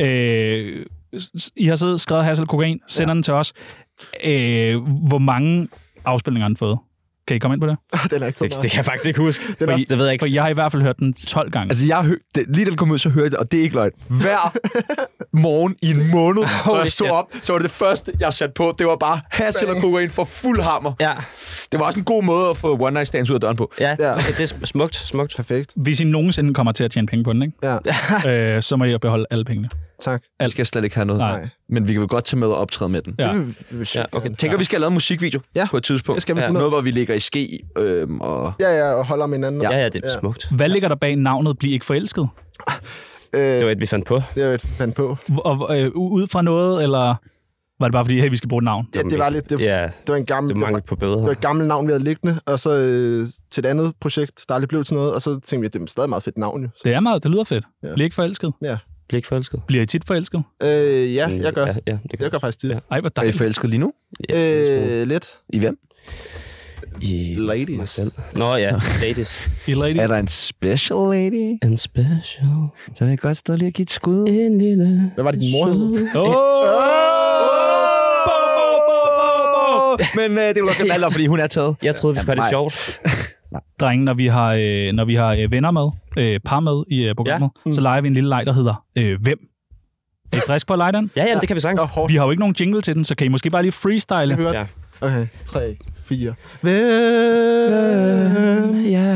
Øh, s- s- I har siddet og skrevet Hassel Kokain. Sender ja. den til os. Øh, hvor mange afspilninger har den fået? Kan I komme ind på det? Den er ikke Det, det, det kan jeg faktisk ikke huske. Det, nok- det ved jeg ikke. For jeg har i hvert fald hørt den 12 gange. Altså, jeg hør, det, lige da den kom ud, så hørte jeg det, og det er ikke løgn. Hver morgen i en måned, når jeg stod shit. op, så var det det første, jeg satte på. Det var bare hash eller kokain for fuld hammer. Ja, Det var også en god måde at få one night stands ud af døren på. ja, Ja. Det, det er smukt, smukt. Perfekt. Hvis I nogensinde kommer til at tjene penge på den, ikke? Ja, øh, så må I beholde alle pengene. tak. Vi skal slet ikke have noget. Nej. Nej. Men vi kan vel godt tage med og optræde med den. Ja. Det vil- det vil Ja, sygt okay. gerne. Tænker, vi skal have lavet en musikvideo Ja. på et tidspunkt. Det skal vi Ja. ja. Noget, hvor vi ligger i ske. Øhm, og... Ja, ja, og holder om hinanden. Ja, ja, det er smukt. Hvad ligger der bag navnet Bliv ikke forelsket? Øh, Det var et, vi fandt på. det var et fandt på. Og, øh, ud fra noget, eller var det bare fordi, hey, vi skal bruge et navn? Ja, det var lidt... Det, Ja, det var en gammel... det Det var, mangler på bedre. det var et gammelt navn, vi havde liggende, og så øh, til et andet projekt, der aldrig blev til noget, og så tænkte vi, at det er stadig meget fedt navn jo. Så, Det er meget, det lyder fedt. Ja. Ja. Bliv ikke forelsket. Bliv ikke forelsket. Bliver I tit forelsket? øh, ja, jeg gør. Ja, ja, det gør Jeg gør faktisk tit. Ej, hvor Er I dejligt. forelsket lige nu? Ja, det er smukt. Øh, lidt. I hvem? I Ladies. mig selv. Nå ja, ladies. I ladies. Er der en special lady? En special. Så er det et godt sted lige at give et skud. En lille... Hvad var det, din mor hed? Åh! Bo, bo, bo, bo, bo. Men øh, det er jo godt alder, fordi hun er taget. Jeg troede, vi skulle have det mig. sjovt. Drenge, når vi har, øh, når vi har øh, venner med, øh, par med i øh, programmet, ja. mm. så leger vi en lille leg, der hedder øh, Hvem? Er I frisk på at lege den? Ja, ja, det kan vi sagtens. Vi har jo ikke nogen jingle til den, så kan I måske bare lige freestyle. Kan vi godt? Ja. Okay, tre, fire. Hvem? Ja,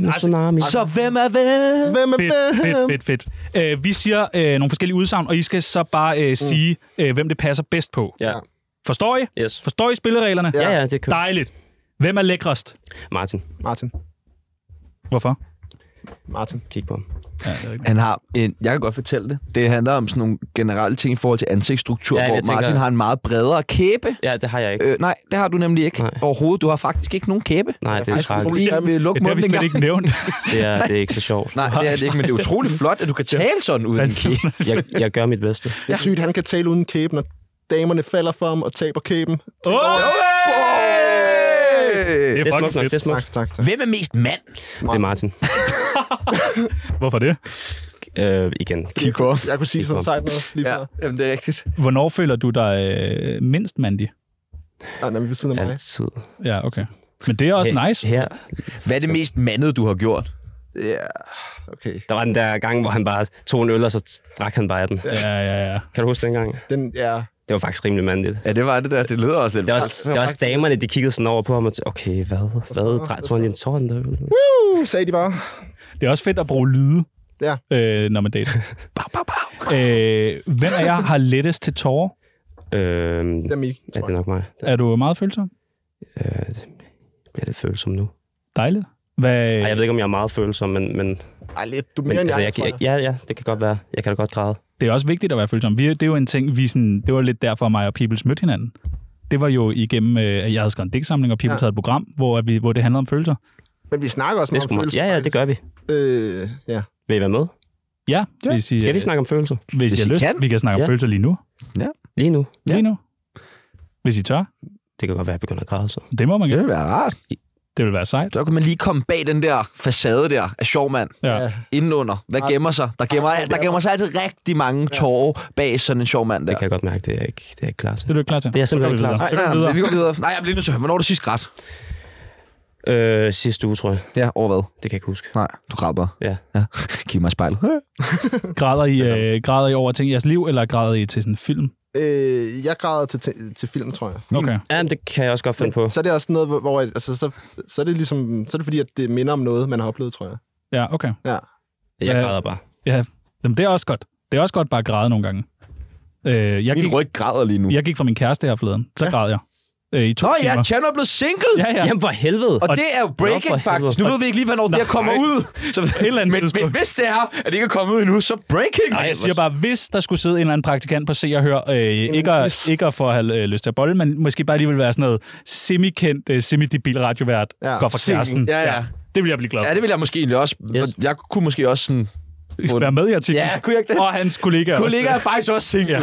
med tsunami. Så hvem er hvem? Hvem er Fedt, fedt, hvem? fedt, fedt. Mm. Øh, vi siger øh, nogle forskellige udsagn, og I skal så bare øh, sige, øh, hvem det passer bedst på. Ja. Forstår I? Yes. Forstår I spillereglerne? Ja, ja, det kan Dejligt. Hvem er lækrest? Martin, Martin. Hvorfor? Martin. kig på ham. Ja, det er rigtigt. Han har en, jeg kan godt fortælle det. Det handler om sådan nogle generelle ting i forhold til ansigtsstruktur, Ja, ja, jeg hvor tænker- Martin tænker... har en meget bredere kæbe. Ja, det har jeg ikke. Øh, nej, det har du nemlig ikke Nej. overhovedet. Du har faktisk ikke nogen kæbe. Nej, det er faktisk tragisk. Lige ved Ja, det har vi lukmundningen. slet ikke nævnt. Det er, det er ikke så sjovt. Nej, det er det ikke, men det er utrolig flot, at du kan tale sådan uden en kæbe. Jeg, jeg gør mit bedste. Det er sygt, han kan tale uden kæben, og damerne falder for ham og taber kæben. Det Det er er fucking smukt nok, fedt. det er Tak, smukt. tak, tak. Hvem er mest mand? Det er Martin. Hvorfor det? Øh, igen. Kig på. Jeg kunne sige sådan sejt noget lige Ja, før. jamen, det er rigtigt. Hvornår føler du dig øh, mindst mandig? Ah, Nej, nej, men ved siden af mig. Altid. Ja, okay. Men det er også Her- nice. Her. Hvad er det mest mandede, du har gjort? Ja, okay. Der var den der gang, hvor han bare tog en øl, og så drak han bare af den. Ja, ja, ja. Kan du huske den gang? Den er... Det var faktisk rimelig mandigt. Ja, det var det der. Det lyder også lidt. Det var, også, det var også damerne, de kiggede sådan over på ham og tænkte, okay, hvad? Hvad? Drej, tror han, en tårn der? Uh, sagde de bare. Det er også fedt at bruge lyde, Ja. øh, når man dater. Pow, pow, pow. Øh, hvem af jer har lettest til tårer? Øh, Det er mig, ja, tror det er nok mig. Er du meget følsom? Øh, jeg er lidt følsom nu. Dejligt. Hvad, Ej, jeg ved ikke, om jeg er meget følsom, men, men, jeg. Ej, lidt. Du er men mere end altså, jeg, jeg, tror jeg, ja, ja, det kan godt være. Jeg kan da godt græde. det er også vigtigt at være følsom. Vi, det er jo en ting, vi sådan, det var lidt derfor, mig og Peoples mødte hinanden. Det var jo igennem, øh, at jeg havde skrevet en digtsamling, og Peoples ja. Ja. havde et program, hvor, at vi, hvor det handlede om følelser. Men vi snakker også Det er meget sgu om meget. følelser. Ja, ja, det gør vi. Øh, ja. Vil I være med? Ja, ja. hvis I, Skal vi øh, snakke om følelser? hvis I Hvis har I lyst. kan. Vi kan snakke om Ja. følelser lige nu. Lige nu. Lige nu. Hvis I tør. Det kan godt være, at jeg begynder at græde så. Det må man Det gerne. ville være rart. Det vil være sejt. Så kan man lige komme bag den der facade der af sjov mand Ja. Ja. ja. indenunder. Hvad gemmer sig? Der gemmer, der gemmer sig altid rigtig mange tårer bag sådan en sjov mand Det der. kan jeg godt mærke, det er jeg ikke, det er jeg ikke klar til. Det er du ikke klar til. Det er jeg simpelthen Så går vi ikke klar Nej, nej, nej, videre. Så går vi videre. vi går videre. Nej, jeg bliver nødt til at høre, hvornår er du sidst grædt? Øh, sidste uge, tror jeg. Ja, over hvad? Det kan jeg ikke huske. Nej, du græd bare. Ja. ja. Giv mig spejlet. Græder I, øh, græder I over ting i jeres liv, eller græder I til sådan en film? Øh, jeg græder til, til, til film, tror jeg. Okay. Ja, men det kan jeg også godt finde på. Så er det også noget, hvor- hvor... Altså, så, så er det ligesom... Så er det fordi, at det minder om noget, man har oplevet, tror jeg. Ja, okay. Jeg Ja. græder bare. Ja. Jamen, det er også godt. Det er også godt bare at græde nogle gange. Øh, jeg, gik, Min ryg græder lige nu. jeg gik fra min kæreste her forleden. Så Ja. græd jeg. Øh, I to Nå ja, timer. Chandler er blevet single! Ja, ja. Jamen, for helvede! Og det er jo breaking, Nå, for faktisk. Nu helvede. ved vi ikke lige, hvornår det her kommer ud. Så, Et eller men, andet men tidspunkt. hvis det er, at det ikke er kommet ud endnu, så breaking. Nej, jeg siger bare, hvis der skulle sidde en eller anden praktikant på Se og Hør, øh, ikke, at, yes. ikke at få have øh, lyst til at bolle, men måske bare alligevel være sådan noget semikendt, øh, semidebil radiovært, ja, Ja, går for semi. kæresten. Ja, ja. Det vil jeg blive glad Ja, for. det ville jeg måske egentlig også. Yes. Jeg kunne måske også sådan... Ja, være med i artiklen. Ja, kunne jeg ikke det? Og hans kollegaer. også. Kollegaer er faktisk også single. Ja.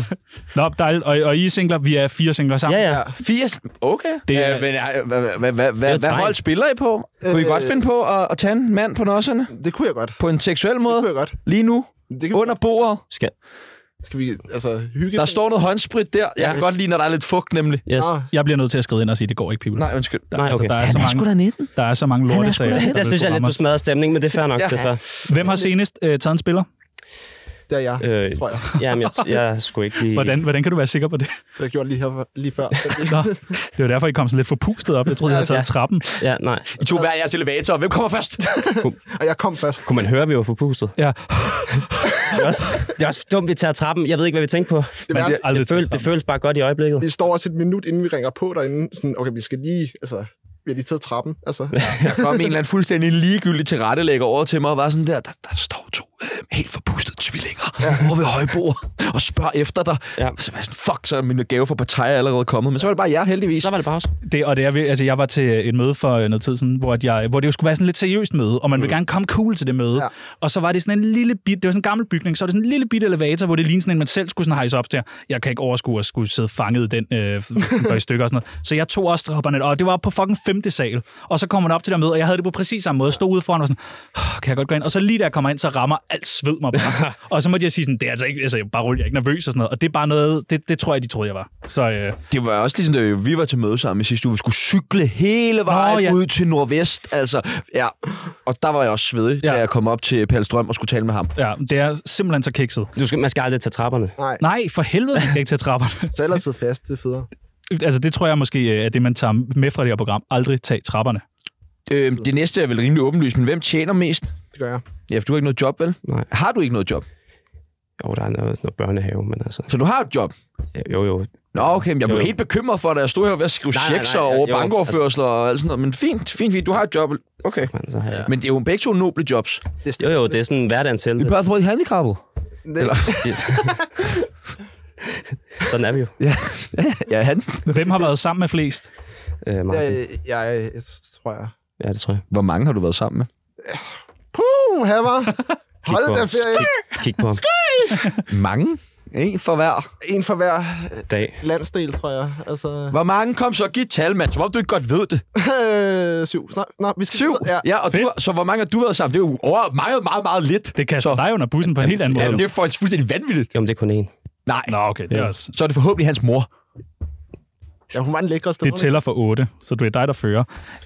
Nå, dejligt. Og, og I er singler, vi er fire singler sammen. Ja, ja. Fire... Okay. Det er- Øh, men øh, hvad- hvad- hvad- hvad- hvad- Hvad tegn. hold spiller I på? Kunne I Øh, godt finde på at, at tage en mand på nosserne? Det kunne jeg godt. På en seksuel Det kunne måde? jeg godt. Lige nu? Det kan, Under bordet? Skal. Skal vi altså hygge? Der står noget håndsprit der. Jeg kan godt lide, når der er lidt fugt, nemlig. Yes. Nå, Jeg bliver nødt til at skride ind og sige, det går ikke, people. Nej, undskyld. der, altså, Nej, okay. der, er så mange, 19. der er så mange lortesager. efter Der det synes jeg lidt, program du smadrer stemningen, men det er fair nok, altså. Ja. det er så. også. Hvem har senest øh, taget en spiller? det er jeg, Øh, tror jeg. jamen, jeg, jeg skulle ikke lige... Hvordan, hvordan kan du være sikker på det? Det har jeg gjort lige, her, lige før. Nå, det var derfor, I kom så lidt forpustet op. Jeg troede, I havde taget Ja. trappen. Ja, nej. I to hver jeres elevator. Hvem kommer først? og jeg kom først. Kunne man høre, at vi var forpustet? Ja. Det er også, det er også dumt, vi tager trappen. Jeg ved ikke, hvad vi tænkte på. Det, Men værste- aldrig Det, føl, taget det trappen. føles bare godt i øjeblikket. Vi står også et minut, inden vi ringer på derinde. Sådan, okay, vi skal lige... Altså, vi har lige taget trappen. Altså, Der kom en eller anden fuldstændig ligegyldig tilrettelægger over til mig og var sådan der, der, der står to øh, helt forpustede tvillinger ja. over ved højbord og spørger efter dig. Ja. Ja. Så var jeg sådan, fuck, så er min gave for Pattaya allerede kommet. Men så var det bare jer, heldigvis. Så var det pause. Det, og det er, ved- altså, jeg var til et møde for øh, noget tid siden, hvor, at jeg, hvor det jo skulle være sådan lidt seriøst møde, og man ville gerne komme cool til det møde. Ja. Ja. Og så var det sådan en lille bit, det var sådan en gammel bygning, så var det sådan en lille bit elevator, hvor det lignede sådan en, man selv skulle sådan hejse op der. Jeg kan ikke overskue at skulle sidde fanget i den, øh, hvis den går i stykker og sådan noget. Så jeg tog også trapperne, og det var oppe på fucking femte sal. Og så kommer man op til det møde, og jeg havde det på præcis samme måde. Stod ude foran og var sådan, "Åh, kan jeg godt gå ind? Og så lige da jeg kommer ind, så rammer alt sved mig bare. og så måtte jeg sige sådan, det er altså ikke, altså, jeg er bare rolig, jeg er ikke nervøs og sådan noget. Og det er bare noget, det, det tror jeg, de troede, jeg var. Så øh, Det var også ligesom, da vi var til møde sammen i sidste uge. Vi skulle cykle hele vejen ja. ja. ud til Nordvest. Altså, ja. Og der var jeg også svedig, ja. Ja. da jeg kom op til Palstrøm og skulle tale med ham. ja, det er simpelthen så kikset. Du skal, man skal aldrig tage trapperne. nej, nej. Nej, for helvede, vi skal ikke tage trapperne. så ellers sidde fast, det er federe. altså, det tror jeg måske øh, er det, man tager med fra det her program. Aldrig tag trapperne. Øhm, det næste er vel rimelig åbenlyst, men hvem tjener mest? Det gør jeg. Ja, for du har ikke noget job, vel? Nej. Har du ikke noget job? Jo, der er noget, noget børnehave, men altså... Så du har et job. Jo, jo. Nå, okay, men jeg blev Jo. helt bekymret for, da jeg stod her ved at skrive Nej, nej, checks nej, over jo, bankoverførsler og alt sådan noget. Men fint, fint, fint, du har et job. Okay. Man, så har jeg... Men det er jo begge to noble jobs. Jo, jo, det er sådan hverdagens Vi helte. bør få et handicappet. Eller, Sådan er vi jo, Ja, ja han. Hvem har været sammen med flest? øh, Martin. jeg, jeg, jeg, tror jeg... Ja, det tror jeg. Hvor mange har du været sammen med? Puh, her var... Kig Hold på da ham. ferie. Kig, kig på ham. Mange. En for hver. En for hver Dag. landsdel, tror jeg. Altså, Hvor mange? Kom så, giv et tal, mand. Som om du ikke godt ved det. øh, syv. Nå, nå, vi skal Syv? Ja. Ja, og du, Fedt. har- så hvor mange har du været sammen? Det er jo over meget, meget, meget lidt. Det kaster Så- dig under bussen på en helt anden måde. Ja, det er faktisk fuldstændig vanvittigt. Jo, men det er kun én. Nej, Nå, okay, det er også... så er det forhåbentlig hans mor. ja, hun var den lækreste. Det tæller for 8, så det er dig, der fører.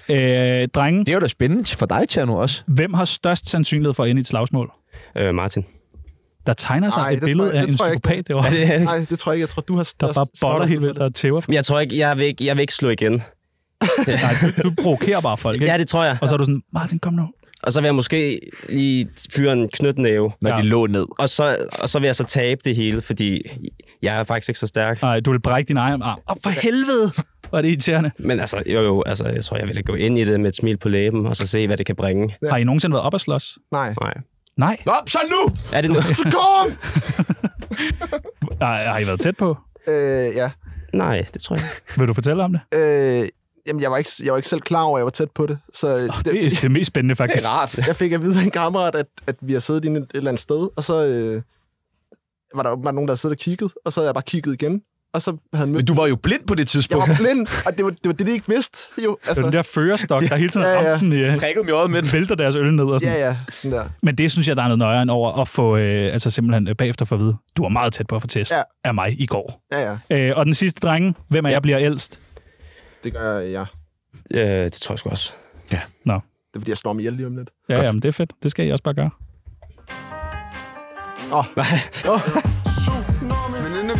Øh, drenge, Det er jo da spændende for dig, Tjerno, også. hvem har størst sandsynlighed for at ende i et slagsmål? Øh, Martin. Der tegner sig Ej, et det billede tror jeg- af det en tror jeg ikke. psykopat derovre, Nej, det tror jeg ikke. Jeg tror, du har... der bare botter helt vildt og tæver. Men Jeg tror ikke, jeg vil ikke, jeg vil ikke slå igen. Nej, du, du provokerer bare folk, ikke? Ja, det tror jeg. Og så er du sådan, Martin, kom nu. Og så vil jeg måske lige fyre en knytnæve. Når Ja. de lå ned. Og så, og så vil jeg så tabe det hele, fordi jeg er faktisk ikke så stærk. Nej, du vil brække din egen arm. Åh, for helvede! Hvor er det irriterende. Men altså, jo, jo, altså, jeg tror, jeg vil da gå ind i det med et smil på læben, og så se, hvad det kan bringe. Har I nogensinde været op at slås? Nej. Nej. Nej. Nå, så nu! Er det nu? Kom! Har, har I været tæt på? Øh, ja. Nej, det tror jeg ikke. Vil du fortælle om det? Øh, jamen, jeg var, ikke, jeg var ikke selv klar over, at jeg var tæt på det. Så øh, Oh, det, det er det mest spændende, Det faktisk. er rart. jeg fik at vide af en kammerat, at, at vi har siddet inde et eller andet sted, og så øh, var der åbenbart nogen, der havde siddet og kigget, og så havde jeg bare kigget igen, og så havde han Men mødt... du var jo blind på det Jeg tidspunkt. var blind, og det var det, var det de ikke vidste, jo. Det er den Altså, der førerstok, der hele tiden Ja, ja. ramte den, ja, prikket mig i øjet med den. vælter deres øl ned og sådan. ja, ja, sådan der. Men det synes jeg, der er noget nøjere end over at få, øh, altså simpelthen øh, bagefter for at vide, du var meget tæt på at få tæsk Ja. ja. af mig i går. Ja, ja, Øh, og den sidste drenge, hvem af jer bliver ældst? det gør jeg. Ja. Øh, det tror jeg sgu også. Det er, fordi jeg slår mig ihjel lige om lidt. Ja, jamen, det er fedt. Det skal I også bare gøre. Åh, oh, Veninde,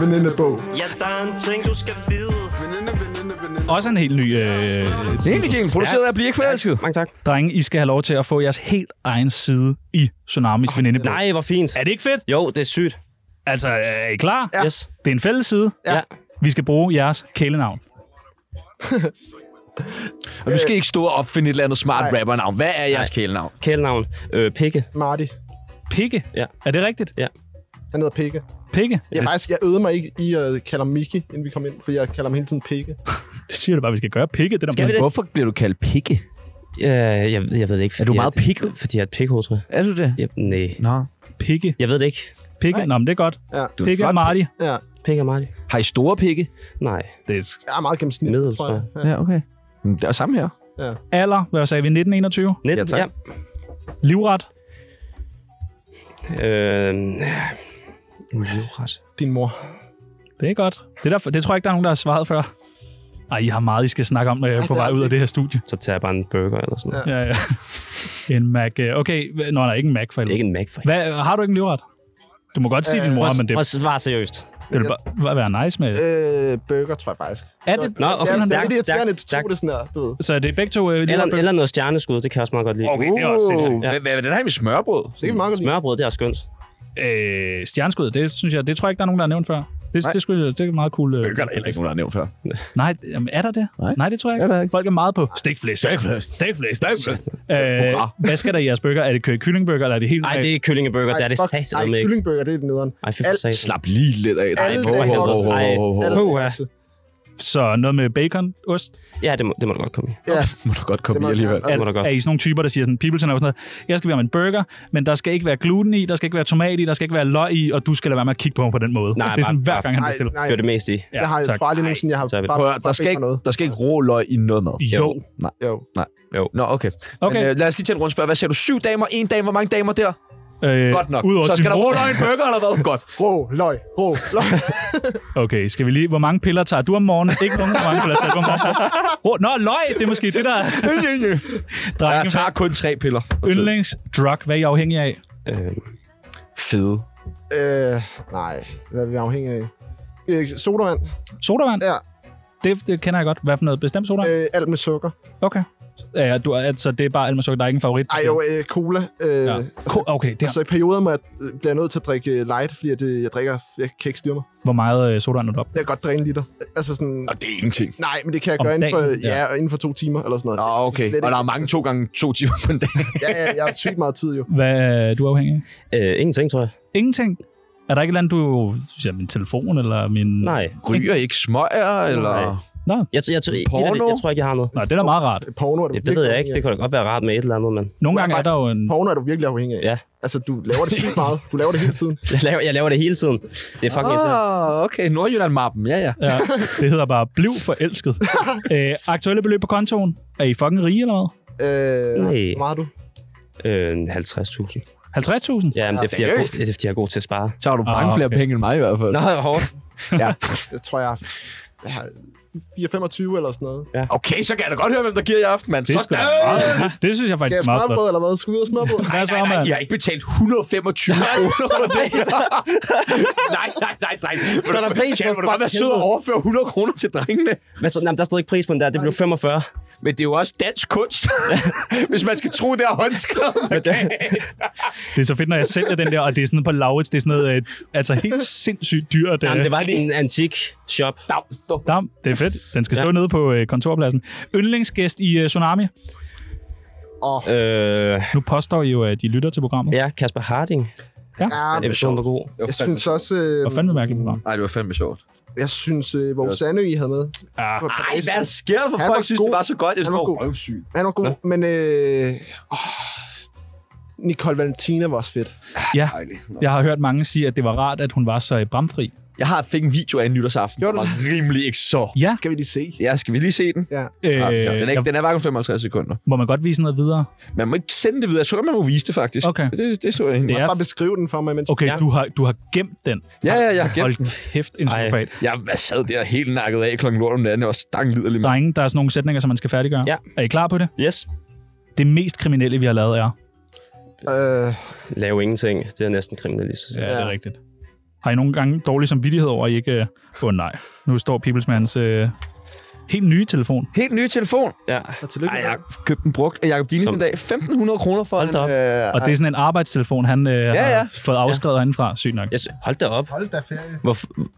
veninde, venindebog. Ja, der er en ting, du skal vide. veninde, veninde, veninde. Også en helt ny øh, Det er egentlig en produceret af at blive ikke forelsket. Mange tak. drenge. I skal have lov til at få jeres helt egen side i Tsunamis oh, veninde. Nej, hvor fint. Er det ikke fedt? Jo, det er sygt. Altså, er I klar? Ja. Yes. Det er en fælles side. Ja. Vi skal bruge jeres kælenavn. Og du skal ikke stå og opfinde et eller andet smart rappernavn. Hvad er jeres kælenavn? Kælenavn. Øh, pikke. Marty. Pikke. Ja. Er det rigtigt? Han hedder Pikke. Pikke? Jeg, faktisk, jeg øvede mig ikke i at kalde ham Miki, inden vi kom ind, for jeg kalder ham hele tiden Pikke. Det siger du bare, vi skal gøre. Pikke, det der Skal vi det? Hvorfor bliver du kaldt pikke? Øh, jeg, jeg ved det ikke. Er du fordi meget jeg- pikket? Fordi jeg er et pikhoved, tror jeg. Er du det? Ja, nej. Nå. Pikke. Jeg ved det ikke. Pikke. Nej. Nå, men det er godt. Ja, Du er en Pikke og flot Marty. ja. Pikke og Marty. Har I store pikke? Nej. Det er Jeg er meget gennemsnitlig, Middel, tror jeg. Ja. Ja, okay. Men Mm, Det er samme her. alder. Hvad sagde vi? 1921. 19, Ja, tak. Ja. Livret. Øh, ja. Livret. Din mor. Det er godt. Det, der, det tror jeg ikke, der er nogen, der har svaret før. Ej, I har meget, I skal snakke om, når jeg er på det er vej ud af det her studie. Så tager jeg bare en burger eller sådan noget. Ja, ja. En Mac. øh, Okay, hva- nå, nej, ikke en Mac for Ja. helvede. Ikke en Mac for helvede. Hvad, har du ikke en livret? Du må godt sige din mor, men det, Prøv at svare seriøst. det vil bare bare være nice med. Øh, burger, tror jeg faktisk. Er det, Nå, Ja, okay. det er stærkt, lidt irriterende, at du stærkt, tog stærkt. det sådan der, du ved. så er det begge to øh, Eller, livret? eller noget stjerneskud, det kan jeg også meget godt lide. Okay, det er også sindssygt. Ja. Hvad, hvad er den her med smørbrød? Det kan vi meget godt lide. Smørbrød, det er skønt. Øh, stjerneskud, det synes jeg, det tror jeg ikke, der er nogen, der har nævnt før. Det, Nej. det, skulle, det er meget cool. Øh, nogen, der har nævnt før. Nej, jamen, er der det? Nej. Nej, det tror jeg Er ikke. der ikke. Folk er meget på stikflæs. Stikflæs. Stikflæs. Øh, Hurra. hvad skal der i jeres bøger? Er det kø- kyllingburger, eller er det helt... Nej, det er ikke kyllingebøger, Øh, det er det fuck, satan Ej, med ikke. kyllingburger, det er nederen. Ej, fy for Alt- satan. Slap lige lidt af. Alle hov, dage hov, også. hov, hov, hov, hov. Alt- Puha. Så noget med bacon, ost? Ja, det må, det må du godt komme i. Må du godt komme Det må i alligevel. Det jeg må du godt. Er I sådan nogle typer, der siger sådan, Peopleton er jo sådan noget, jeg skal være med en burger, men der skal ikke være gluten i, der skal ikke være tomat i, der skal ikke være løg i, og du skal lade være med at kigge på mig på den måde. Nej, det er sådan bare- hver gang, han Nej, bestiller. nej, Gør det mest i. Ja, jeg har jeg tak. tror aldrig Ej, nogensinde, jeg har så er vi- bare, Prøv at, høre, der, bare skal bedt ikke, for noget. der skal ikke rå løg i noget mad. Jo, Jo. Nå, okay. Okay. Men, øh, lad os lige tage en rundspørg. Hvad siger du? Syv damer, en dame, hvor mange damer der? øh, Godt nok. udover Så skal de der rå rå- løg i en burger, eller hvad? Godt. Rå, løg, rå, løg. Okay, skal vi lige... Hvor mange piller tager du om morgenen? Ikke nogen, hvor mange piller tager du om morgenen. Rå- Nå, løg, det er måske det, der... Drenge, Jeg tager kun tre piller. yndlingsdrug, hvad er I afhængig af? Øh, Fede. øh, nej, hvad er vi afhængige af? Øh, sodavand, Sodavand? Ja. Det, det kender jeg godt. Hvad for noget bestemt sodavand? øh, alt med sukker. Okay. Ja, du, altså, det er bare Almasuk, der er ikke en favorit. Ej, jo, øh, cola. Øh, Ja. ja. Ko- Okay, der. Så i perioder må jeg, øh, bliver jeg nødt til at drikke øh, light, fordi jeg, det, jeg drikker, jeg kan ikke styre mig. Hvor meget øh, soda er nået op? Jeg kan godt drikke en liter. Altså sådan, Og det er ingenting. nej, men det kan jeg Om gøre inden for, dagen, ja. ja. Ja, inden for to timer eller sådan noget. Nå, okay. Slet Og der ikke. er mange to gange to timer på en dag. Ja, ja, jeg har sygt meget tid jo. Hvad er du afhængig af? Øh, ingenting, tror jeg. Ingenting. Er der ikke et eller andet, du... Ja, min telefon eller min... Nej. Ryger ikke smøger, eller... Nej. Nå, Jeg, jeg, jeg, jeg, Porno? jeg, jeg tror ikke, jeg har noget. nej, det er da meget rart. Porno er du Det, det ved virkelig jeg ikke. Det afhængig kunne da godt være rart med et eller andet, men Nogle Nej, gange er nej. der jo en... af. Porno er du virkelig afhængig af. Ja. Altså, du laver det sygt meget. Du laver det hele tiden. jeg laver, jeg laver det hele tiden. Det er fucking ah. Ah, okay. Nordjylland-mappen, ja, ja. Ja, det hedder bare, bliv forelsket. Æ, aktuelle beløb på kontoen. Er I fucking rige eller hvad? Øh, Nej. Hvor meget har du? øh, 50.000. 50.000? Ja, men det er, fordi jeg er, god, seriøst? det er, fordi jeg er god til at spare. Så har du mange Ah, flere okay. penge end mig i hvert fald. Nå, hårdt. Jeg tror, jeg, har- jeg har 4-25 eller sådan noget. Okay, så kan jeg da godt høre, hvem der giver i aften, mand. Det, er sgu da meget. det synes jeg faktisk er Skal jeg meget smørbrød, flot. eller hvad? Skal vi ud og smørbrød? Hvad så, mand? I har ikke betalt 125 kroner for det. nej, nej, nej, nej. Står der pris på Tjano, vil du godt være sød og overføre 100 kroner til drengene? Men så, nej, der stod ikke pris på den der. Det blev 45. Men det er jo også dansk kunst, hvis man skal tro, det er håndskrevet. Det er så fedt, når jeg sælger den der, og det er sådan på Laurits, det er sådan noget, øh, altså helt sindssygt dyrt. Jamen, øh, det var lige en antik shop. Dam, det er fedt. Den skal stå nede på øh, kontorpladsen. Yndlingsgæst i øh, Tsunami. Åh, Øh, Nu påstår I jo, at I lytter til programmet. Ja. ja, Kasper Harding. ja, men Episoden var god. jeg synes også, øh, Hvor fandme mærkeligt program. Nej, det var fandme sjovt. jeg synes, øh, hvor Sandø I havde med. Ja. på Ej, Paradise, hvad sker der for Han folk? var synes, god. det var så godt. Jeg Han var står god. røvsyg. Han var god, ja. men øh, åh, Nicole Valentina var også fedt. ja. Jeg har hørt mange sige, at det var rart, at hun var så øh, bramfri. Jeg har fik en video af en nytårsaften. Den Gjorde var rimelig ikke så. Ja, Skal vi lige se? Ja, skal vi lige se den? øh, Øh, ja, den, er ikke, jeg, den er hverken 55 sekunder. må man godt vise noget videre? Man må ikke sende det videre. Jeg tror, man må vise det faktisk. Okay. Det, det så jeg egentlig. Det Ja. er- Bare beskrive den for mig, mens Okay, ja. Ja. du, har, du har gemt den. Ja, ja, jeg har gemt den. Hold kæft, en Ej. psykopat. Jeg jeg sad der helt nakket af klokken lort om natten. Jeg var stangliderlig. mand. Drenge, der er sådan nogle sætninger, som man skal færdiggøre. Ja. Er I klar på det? Yes. Det mest kriminelle, vi har lavet, er... øh, Lav ingenting. Det er næsten kriminalistisk. Ja, Ja. ja. det er rigtigt. Har I nogle gange dårlig samvittighed over, at I ikke... øh, Åh oh, nej, nu står Peoplesmans øh, helt nye telefon. Helt ny telefon. ja. og tillykke. Ej, med jeg den. købte den brugt af Jacob Dinesen i dag. 1.500 kroner for Hold da en... op. Øh, Og det er sådan en arbejdstelefon, han øh, ja, ja. ja. har fået afskrevet ja. herindefra. Sygt nok. Jeg sy- hold da op. Hold da ferie. Hvor,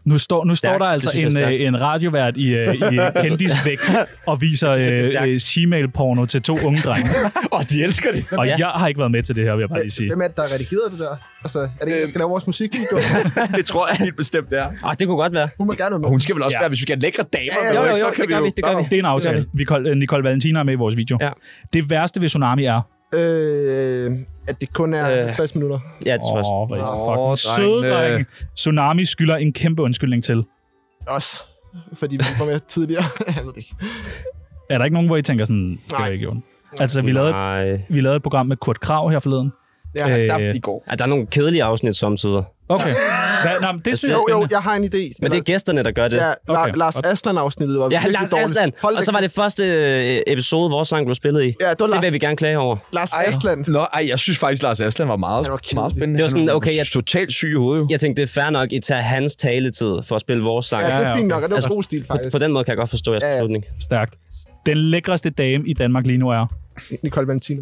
Nu står, nu står Stærkt. der Det altså synes en, jeg er øh, en radiovært i, øh, i øh, Kendis væk og viser det er øh, stærkt. øh, Gmail-porno til to unge drenge. og de elsker det. Og Ja. jeg har ikke været med til det her, vil jeg bare lige sige. Hvem er det, der har redigeret det der? Altså, er det en, der skal lave vores musikvideo? det tror jeg helt bestemt, det er. ah, det kunne godt være. Hun må gerne være Og med. hun skal vel også Ja. ja. være, hvis vi kan lækre damer, Ja, med, jo, ikke? jo, så jo, kan det vi gør jo... vi, det gør vi. Nå, Det er en gør aftale. Vi kol- øh, Nicole Valentina er med i vores video. Ja. Det værste ved Tsunami er... Øh, at det kun er Øh. 50 minutter. Ja, det tror jeg. Åh, hvor er I så Åh, fucking søde, drenge. drenge. Tsunami skylder en kæmpe undskyldning til. Os. Fordi vi var med tidligere. jeg ved det ikke. Er der ikke nogen, hvor I tænker sådan, det var Nej. ikke i orden? Altså, vi lavede, Nej. vi lavede et program med Kurt Krav her forleden. Ja, Øh, der, I går. Ah, der er nogle kedelige afsnit samtidig. Okay. Hvad, nej, men det synes jeg jo, er Altså, jo, spændende. jeg har en idé. Men det er gæsterne, der gør det. Ja, La- Okay. Lars Aslan-afsnittet var Ja, virkelig Lars dårligt. Aslan. Hold Og så var det første øh, episode, vores sang blev spillet i. Ja, det var Det Lars, vil vi gerne klage over. Lars Aslan. Nå, ej, jeg synes faktisk, Lars Aslan var meget, Han var kedelig. meget spændende. Det var sådan, Han okay, jeg- Totalt syg i hovedet, jo. Jeg tænkte, det er fair nok, I tager hans taletid for at spille vores sang. Ja, det ja, er okay. fint nok, og det var Altså, god stil, På, faktisk. på den måde kan jeg godt forstå jeres Ja, ja. beslutning. Stærkt. Den lækreste dame i Danmark lige nu er... Nicole Valentina.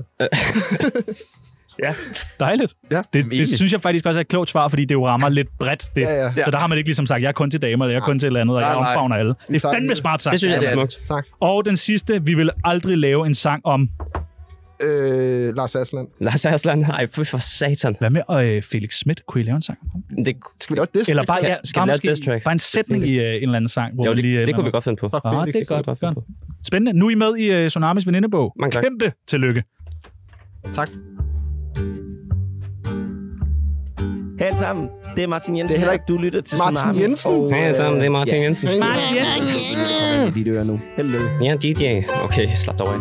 Dejligt. Ja, Det, det egentlig. synes jeg faktisk også er et klogt svar, fordi det jo rammer lidt bredt. Det. Ja, ja. Så der har man ikke ligesom sagt, jeg er kun til damer, eller jeg er kun til et eller andet, og Nej, jeg nej. omfavner alle. Det er tager fandme hele. smart sagt. Det synes jeg det er er smukt. Tak. Og den sidste, vi vil aldrig lave en sang om... Øh, Lars Aslan. Lars Aslan, ej, fy for satan. Hvad med øh, Felix Schmidt? Kunne I lave en sang om ham? Det, Skal vi lave det? Eller bare, ja, Skal- skal bare, vi lave et måske, diss track? bare en sætning i øh, en eller anden sang. Hvor jo, vi det, lige, øh, det kunne lander- vi godt finde på. Fuck, Ah, Felix, det er kunne vi godt. godt finde godt. Spændende. Nu er I med i uh, Tsunamis venindebog. Mange tak. Kæmpe tillykke. Tak. Hej alle sammen, det er Martin Jensen. Det er heller ikke- Du lytter til Martin Tsunami. Jensen? Og, Hej alle sammen, det er Martin ja. Jensen. Jeg kan lige døre nu. Hello. Ja, DJ. Okay, slap dog af.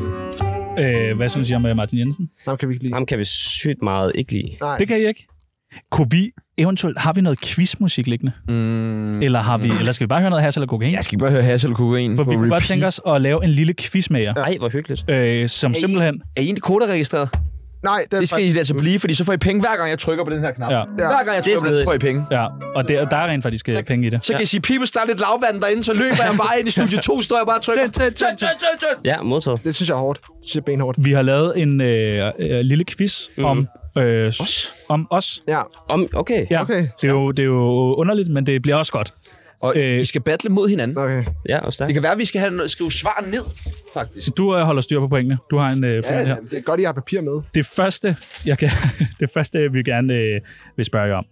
Øh, hvad synes I om øh, Martin Jensen? Ham kan vi ikke lide. Ham kan vi sygt meget ikke lide. Nej. Det kan I ikke. Kunne vi eventuelt... Har vi noget quizmusik liggende? Mm, Eller, har vi, eller skal vi bare høre noget hash eller kokain? jeg skal bare høre Hassel Kokain For på vi kunne repeat. godt tænke os at lave en lille quiz med jer, Ej, hvor hyggeligt. øh, som simpelthen... Er I egentlig koderegistreret? Nej, det er Det skal I altså blive, fordi så får I penge, hver gang jeg trykker på den her knap. Ja. Hver gang jeg trykker på den, så får I penge. Ja, og der, der er rent faktisk øh, penge i det. Så kan I sige, Pibus, der er lidt lavvand derinde, så løber jeg bare ind i studie 2, står jeg bare og trykker. Tæt, tæt, tæt, tæt. Ja, modtaget. Det synes jeg er hårdt. Det synes jeg er benhårdt. Vi har lavet en øh, øh, lille quiz mm. om, øh, os. om os. Ja. Om, okay. Ja. Okay. Det, er jo, det er jo underligt, men det bliver også godt. Og Øh. I skal battle mod hinanden. Okay. Ja, og stærkt. Det kan være, at vi skal have noget, skrive svar ned, faktisk. Du øh, holder styr på pointene. Du har en øh, point her. Det er godt, I har papir med. Det første, jeg kan, det første, vi gerne øh, vil spørge jer om,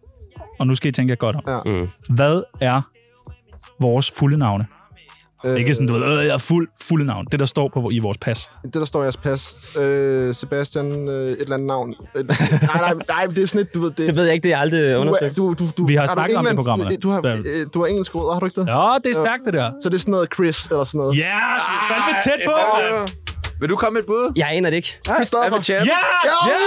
og nu skal I tænke jer godt om. Ja. Mm. Hvad er vores fulde navne? Øh, Ikke sådan, du ved, øh, jeg er fuld, fulde navn. Det, der står på, i vores pas. Det, der står i jeres pas. Øh, Sebastian, øh, et eller andet navn. Et, nej, nej, nej, det er sådan et, du ved, det, Det ved jeg ikke, det er aldrig du, undersøgt. du, du, du, Vi har er du snakket om det i englands- programmerne. Du har, Der- øh, du har engelsk råd, har du ikke det? Ja, Øh. det er stærkt, det der. Så det er sådan noget Chris eller sådan noget. Ja, yeah, det er fandme tæt på. mand. Vil du komme med et bud? Jeg aner det ikke. Yeah. Christoffer. Ja! Ja! Ja!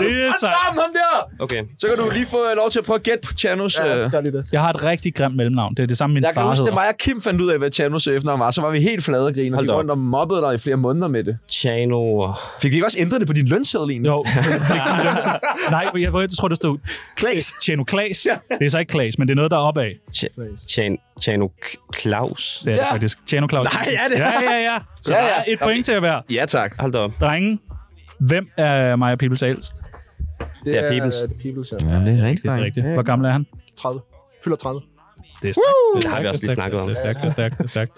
Det er Han sejt. ham, ham der! Okay. Så kan du lige få øh, lov til at prøve at gætte på Chanos. Ja, øh. gør lige det. Jeg har et rigtig grimt mellemnavn. Det er det samme, min Jeg kan far huske, det hedder. mig og Kim fandt ud af, hvad Chanos efternavn var. Så var vi helt flade og griner. Vi Hold da gik op. rundt og mobbede dig i flere måneder med det. Chano. Fik vi ikke også ændret det på din lønseddel egentlig? Jo, Felix Jensen. Nej, jeg, ved- jeg tror, det stod Øh, Klaas. Tjeno Klaas. Det er så ikke Klaas, men det er noget, der er opad. Chan, Chano K- Claus. Det er ja. det Ja. faktisk. Tjeno Klaus. Nej, er det? Ja, ja, ja. Så Ja, ja, ja. ja. Der er et point til at være. Ja, tak. Hold da op. Drenge, hvem er Maja Peoples ældst? Det Ja, er Peoples. Det er Peoples, ja. det er rigtigt. Det er rigtigt. Hvor gammel er han? 30. Fylder 30. Det er stærkt. Det Det har vi også lige snakket om. Det er stærkt, det er stærkt, det er stærkt.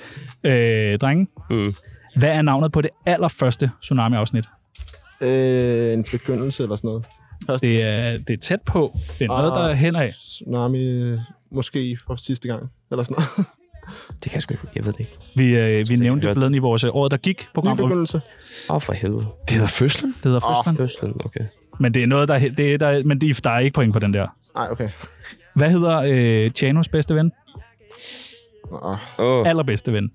Øh, drenge, Mm. hvad er navnet på det allerførste Tsunami-afsnit? Øh, en begyndelse eller sådan noget. Det er, det er tæt på. Det er noget, der er henad. Tsunami, øh, måske for sidste gang. Eller sådan noget. Det kan jeg sgu ikke. Jeg ved det ikke. Vi, øh, vi nævnte det godt. forleden i vores øh, året, der gik Ny program, hvor begyndelse. Åh, oh, for helvede. Det hedder fødslen. det hedder Fødslen. Høsten, okay. Men det er noget, der, er he- det er, der, men det, der er ikke point på den der. Nej, okay. Hvad hedder øh, Chanos bedste ven? Ah, Oh. Allerbedste ven.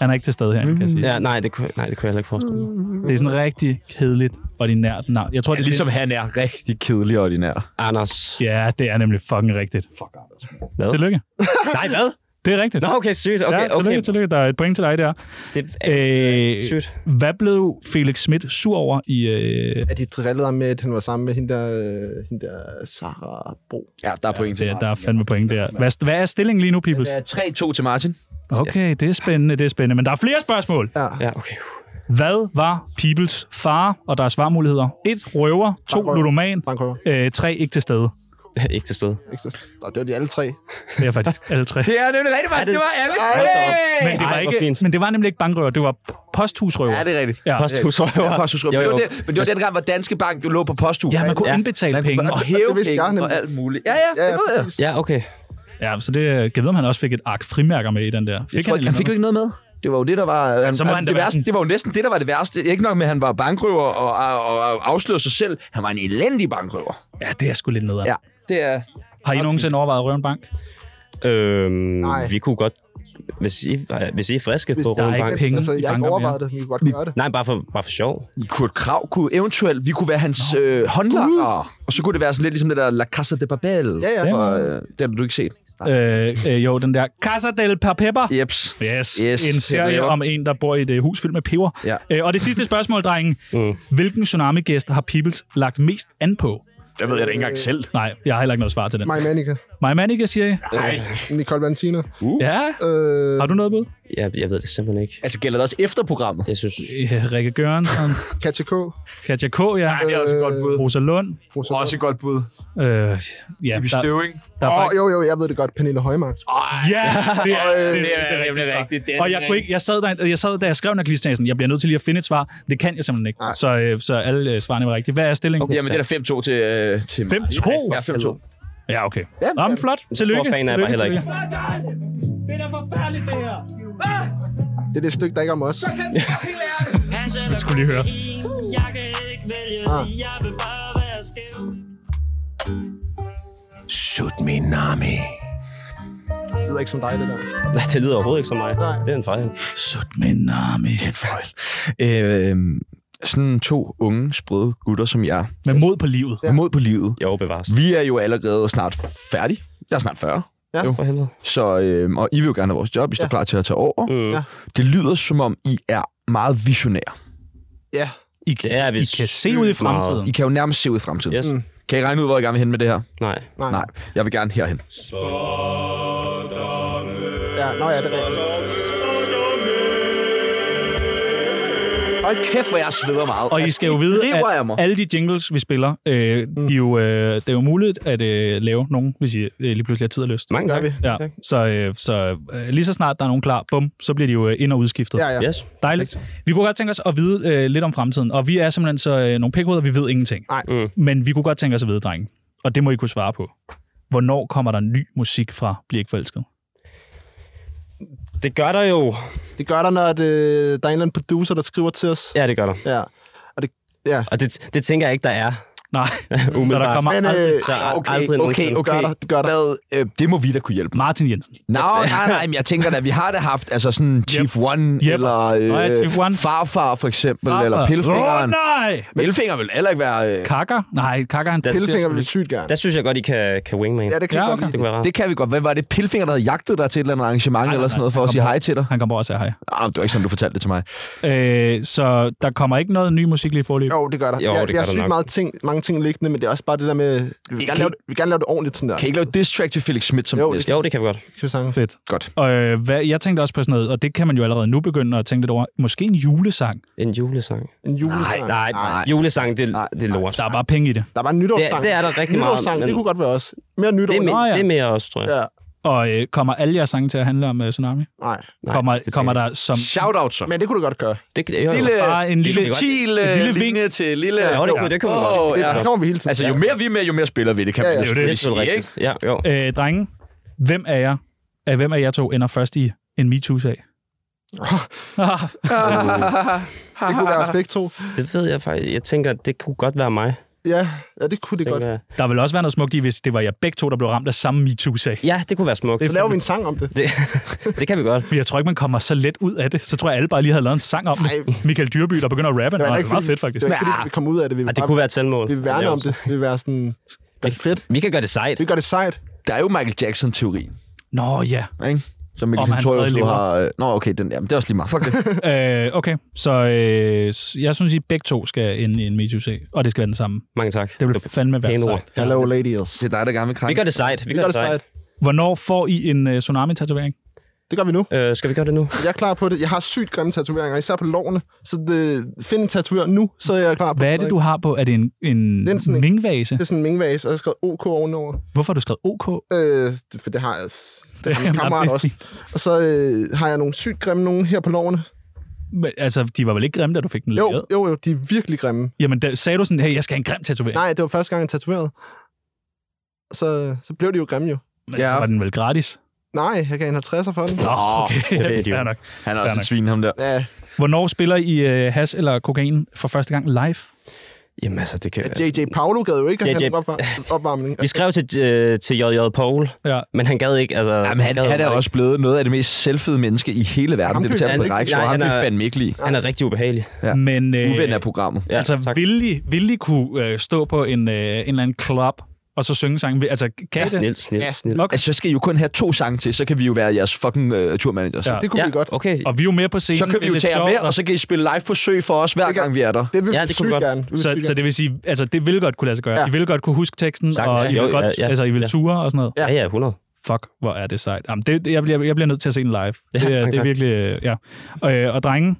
Han er ikke til stede her, kan jeg sige. Ja, nej, det kunne, nej, det kunne jeg heller ikke forestille mig. Det er sådan rigtig kedeligt, ordinært navn. Jeg tror, det er Ligesom han er rigtig kedelig og ordinær. Mm. Anders. Ja, det er nemlig fucking rigtigt. Fuck, Hvad? Tillykke. Nej, hvad? Det er rigtigt. Nå, okay, sygt. Okay, ja, tillykke, okay. tillykke. Der er et point til dig der. Det er Øh, sygt. hvad blev Felix Schmidt sur over i... Øh, at de drillede ham med, at han var sammen med hende der, øh, hende der Sarah Bo. Ja, der er point til det, der mig. er fandme point der. Hvad, hvad er stillingen lige nu, Peoples? Det er 3-2 til Martin. Okay, det er spændende, det er spændende. Men der er flere spørgsmål. Ja. Ja, okay. Hvad var Peoples far? Og der er svarmuligheder. 1. Røver. 2. Bankrøver. Ludoman. Frank Røver. 3. Ikke til stede. ikke til stede. Ikke så- Nå, det var de alle tre. Det er faktisk alle tre. Det er nemlig rigtigt, Martin. det- Det var Alex. Hold da op. Men det, var Ej, hvor ikke, fint. men det var nemlig ikke bankrøver, det var Ja, posthusrøver. det er rigtigt. Ja, Posthusrøver. Ja, posthusrum. Jo, jo. Det var det, men det var dengang, hvor Danske Bank jo lå på posthus. ja man kunne Ja. indbetale man penge. kunne og Det hæve vidste jeg penge og nemlig. alt muligt. Ja, ja, det ved jeg. præcis. Ja, okay. Ja, så det, øh, kan vide, om han også fik et ark frimærker med i den der. Fik Jeg tror, ikke, han fik jo ikke noget med. Det var jo det, der var... Han, så må han, han da det, være værste, sådan- det var jo næsten det, der var det værste. Ikke nok med, at han var bankrøver og, og, og afslørede sig selv. Han var en elendig bankrøver. Ja, det er sgu lidt nedad. Ja. Ja, det er... Har I nogensinde overvejet at røve en bank? Øhm, Nej. vi kunne godt... Hvis I, hvis I er friske Hvis på der er Rundbank... ikke penge altså, i jeg har ikke banker overvejet det, men vi kunne godt gøre det. Nej, bare for, bare for sjov. Kurt Krav kunne eventuelt... Vi kunne være hans øh, håndlanger. Og så kunne det være sådan lidt ligesom det der La Casa de Papel. Ja, ja. Ja. Og, øh, det har du ikke set. Øh, Øh, øh, jo, den der Casa del Papepper. Jeps. Yes. Yes, en serie peberlever. om en, der bor i et øh, hus fyldt med peber. Ja. Øh, og det sidste spørgsmål, drengen. Mm. Hvilken tsunami-gæst har Peoples lagt mest an på? Det ved jeg da ikke engang selv. Nej, jeg har heller ikke noget svar til den. Maj Manica, Maja Manica, siger jeg. Nicole Valentina. Uh. Ja. Øh, Har du noget bud? Jeg, jeg ved det simpelthen ikke. Altså, gælder det også efter programmet? Jeg synes... Ja, Rikke Gørensen, Katja K. Katja K, ja. det er også et godt bud. Rosa Lund. Rosa et godt bud. Øh, ja, der, Støving. der er Åh, faktisk... jo, jo, jeg ved det godt. Pernille Højmark. Ja, det er, det, det, er det, nemlig rigtigt. Det er Og jeg, nemlig kunne ikke, jeg, sad der, jeg sad, da jeg skrev den her quiz, tænkte jeg sådan, jeg bliver nødt til lige at finde et svar. Det kan jeg simpelthen ikke. Så, øh, så alle øh, svarene var rigtige. Hvad er stillingen? Jamen, det er da 5-2 til... Øh, til 5-2? Ja, 5-2. Ja, okay. Ja, Nå, men flot. Tillykke. fan er jeg bare heller ikke. tillykke. Det er det stykke, der ikke er om os. Jeg skulle lige høre. Jeg kan ikke vælge, Ah. jeg vil bare være skæv. Sut min nami. Det lyder ikke som dig, det der. Nej, det lyder overhovedet ikke som mig. Nej. Det er en fejl. Sut min nami. En fejl. Øh, sådan to unge, sprøde gutter som jeg. Med mod på livet. Ja. Mod på livet. Jo, bevares. Vi er jo allerede snart færdige. Jeg er snart 40. For helvede. Så, øh, og I vil jo gerne have vores job. I står ja. Ja. Øh. klar til at tage over. Mm. Ja. Det lyder som om, I er meget visionære. Ja, I, kan- Det er I vist kan se ud i sygt meget. fremtiden. I kan jo nærmest se ud i fremtiden. Yes. Mm. Kan I regne ud, hvor jeg gerne vil hen med det her? Nej. Nej. Nej, jeg vil gerne herhen. Ja, nå ja, det er rigtigt. Hold kæft, hvor jeg sveder meget. Og I skal jo vide, driver jeg mig. at alle de jingles, vi spiller, øh, de er jo, øh, det er jo muligt at øh, lave nogen, hvis I øh, lige pludselig har tid og lyst. Mange Der tak. er vi. Ja, tak. så, øh, så øh, lige så snart der er nogen klar, bum, så bliver de jo øh, ind- og udskiftet. Ja, ja. Yes. Dejligt. Vi kunne godt tænke os at vide øh, lidt om fremtiden, og vi er simpelthen så øh, nogle pikhoveder, vi ved ingenting. Nej. Mm. Men vi kunne godt tænke os at vide, drenge, og det må I kunne svare på. Hvornår kommer der ny musik fra Bliv ikke forelsket? Det gør der jo. Det gør der, når det, der er en eller anden producer, der skriver til os. Ja, det gør der. ja. Og det, det tænker jeg ikke, der er. Nej, så der Umiddelbart. kommer Men, aldrig... øh, Så er Okay, aldrig nogen okay, sådan- okay. Gør der, det gør der. Hvad, øh, det må vi da kunne hjælpe. Martin Jensen. Nå, nej, nej, men jeg tænker da, vi har da haft altså sådan Chief One, Yep. eller øh, Nå ja, Chief One. Farfar for eksempel, Farfar. eller Pillefingeren. Åh, nej! Pillefingeren vil heller ikke være... Øh, Kakker? Nej, Kakker er en Der, synes Pillefinger jeg, vil sygt gerne. der synes jeg godt, I kan, kan wingman. Ja, det kan Ja, jeg godt okay. Det lide. kunne være rart. det kan vi godt. Hvad var det? Pillefingeren, der havde jagtet dig til et eller andet arrangement, nej, eller sådan noget, nej, for at han sige kom hej til dig? Han kommer også af hej. Ah, det var ikke sådan, du fortalte det til mig. Øh, så der kommer ikke noget ny musik lige i forløb. Jo, det gør der. Jo, jeg, det jeg gør der sygt nok. meget ting, mange ting liggende, men det er også bare det der med... Vi vil Kan gerne lave det, vi vil gerne lave det ordentligt sådan der. Kan I ikke lave diss track til Felix Schmidt som Jo, jo, det næste? Jo, det kan vi godt. Skal vi sange? Fedt. Godt. Og øh, hvad, jeg tænkte også på sådan noget, og det kan man jo allerede nu begynde at tænke lidt over. Måske en julesang. En julesang. En julesang. Nej, nej. julesang, det, det er lort. Der er bare penge i det. Der var en nytårssang. Det er- det er der rigtig meget, Nytårssang, men- det kunne godt være også. Mere nytår. Det er, end- me- Nå, ja. det er mere os, tror jeg. Ja. Og øh, kommer alle jeres sange til at handle om øh, tsunami? Nej. Nej, kommer, det kommer tænker der som Shout-out så. Men det kunne du godt gøre. Det, det, jo, jo. Lille, bare en lille- subtil et øh, lille linje til lille... Jo, det, kunne- det kunne vi godt. Åh, Det, ja. det kommer vi hele tiden. Altså, jo mere vi er med, jo mere spiller vi. Det kan Ja, man ja. jo Det er jo Det selvfølgelig er selvfølgelig sige, ikke? rigtigt. Ja, jo. øh, drenge. Hvem er jer? Af hvem af jer to ender først i en MeToo-sag? Ah, Det kunne være os begge to. Det ved jeg faktisk. Jeg tænker, det kunne godt være mig. Ja, ja det kunne det godt. Tænker jeg. der vil også være noget smukt i, hvis det var jer begge to, der blev ramt af samme MeToo-sag. Ja, det kunne være smukt. Så laver vi en sang om det. Det, det kan vi godt. Men jeg tror ikke, man kommer så let ud af det. Så tror jeg, alle bare lige havde lavet en sang om det. Nej. Michael Dyrby, der begynder at rappe. Det, heller det er ikke meget fordi- fedt, faktisk. Det var ikke, fordi vi kom ud af det. Vi Ej, vil, det kunne være et selvmål. vi vil værne om det. Vi vil være sådan... Gør det fedt. Vi kan gøre det sejt. Vi gør det sejt. Der er jo Michael Jackson-teorien, Nå ja. ikke? Som Om Michael han Torius stadig nu lever. har... øh, Nå, okay, den der. Men det er også lige meget. Fuck det. Øh, okay, så øh, s- jeg synes, I begge to skal ind i en MeToo-sag. Og det skal være den samme. Mange tak. Det vil fandme være pæne ord. sejt. Hello, ladies. det er dig, der gerne vil krænke. Vi gør det sejt. Vi gør det sejt. Hvornår får I en øh, tsunami-tatovering? Det gør vi nu. Øh, skal vi gøre det nu? Jeg er klar på det. Jeg har sygt grimme tatoveringer, især på lårene. Så det, find en tatovør nu, så er jeg klar på Hvad er det, du har på? Er det en, en Det er sådan en- mingvase? Det er sådan en mingvase, og jeg har skrevet OK ovenover. Hvorfor har du skrevet OK? Øh, det- for det har jeg. Det har min Jamen, kammerat det er også. Og så øh, har jeg nogle sygt grimme nogen her på lårene. Men, altså, de var vel ikke grimme, da du fik den Jo, lavet? jo, jo, de er virkelig grimme. Jamen, da, sagde du sådan, hey, jeg skal have en grim tatovering? Nej, det var første gang, jeg tatoverede. Så, så blev de jo grimme jo. Men ja. så Ja. var den vel gratis? Nej, jeg gav en 50'er for den. Nå, Okay, fair nok. Han er Fair også nok. et svin, ham der. Ja, Hvornår spiller I øh, hash eller kokain for første gang live? Jamen altså, det kan... JJ Paolo gad jo ikke at JJ have en opvar- opvarmning. Vi skrev til, øh, til JJ Paul, Ja. men han gad ikke. Altså, Jamen, han, gad han er ikke. også blevet noget af det mest selvfede menneske i hele verden. Ham det kan betaler vi- på han- række, så nej, ham han vil er- fandme ikke lide. Han er rigtig ubehagelig. Ja. Men øh, Uven af programmet. Ja, altså, tak. vil, I, vil I kunne øh, stå på en, øh, en eller anden club og så synge sangen? Vil- Altså, kan I det? Snilt, snilt, snilt. Okay. Altså, så skal I jo kun have to sange til, så kan vi jo være jeres fucking uh, turmanagers. Ja. Ja. Det kunne Ja, vi godt. okay. Og vi er jo med på scenen. Så kan vi det er jo lidt tage jer sjovt, med, og- og så kan I spille live på sø for os, hver Det kan- gang vi er der. Det vil Ja, ja, det det kunne sygt vi godt. gerne. Det vil vi Så, sygt så det vil sige, altså det vil godt kunne lade sig gøre. Ja. Ja. I vil godt kunne huske teksten, Sagtens. og I Jo, vil, godt, ja, ja. altså, I vil Ja. ture og sådan noget. Ja, ja, 100. Fuck, hvor er det sejt. Jamen, det, det- jeg, bliver, jeg bliver nødt til at se den live. Det, Ja, er, det mange er tak. virkelig... øh, Ja. Og, øh, og drenge,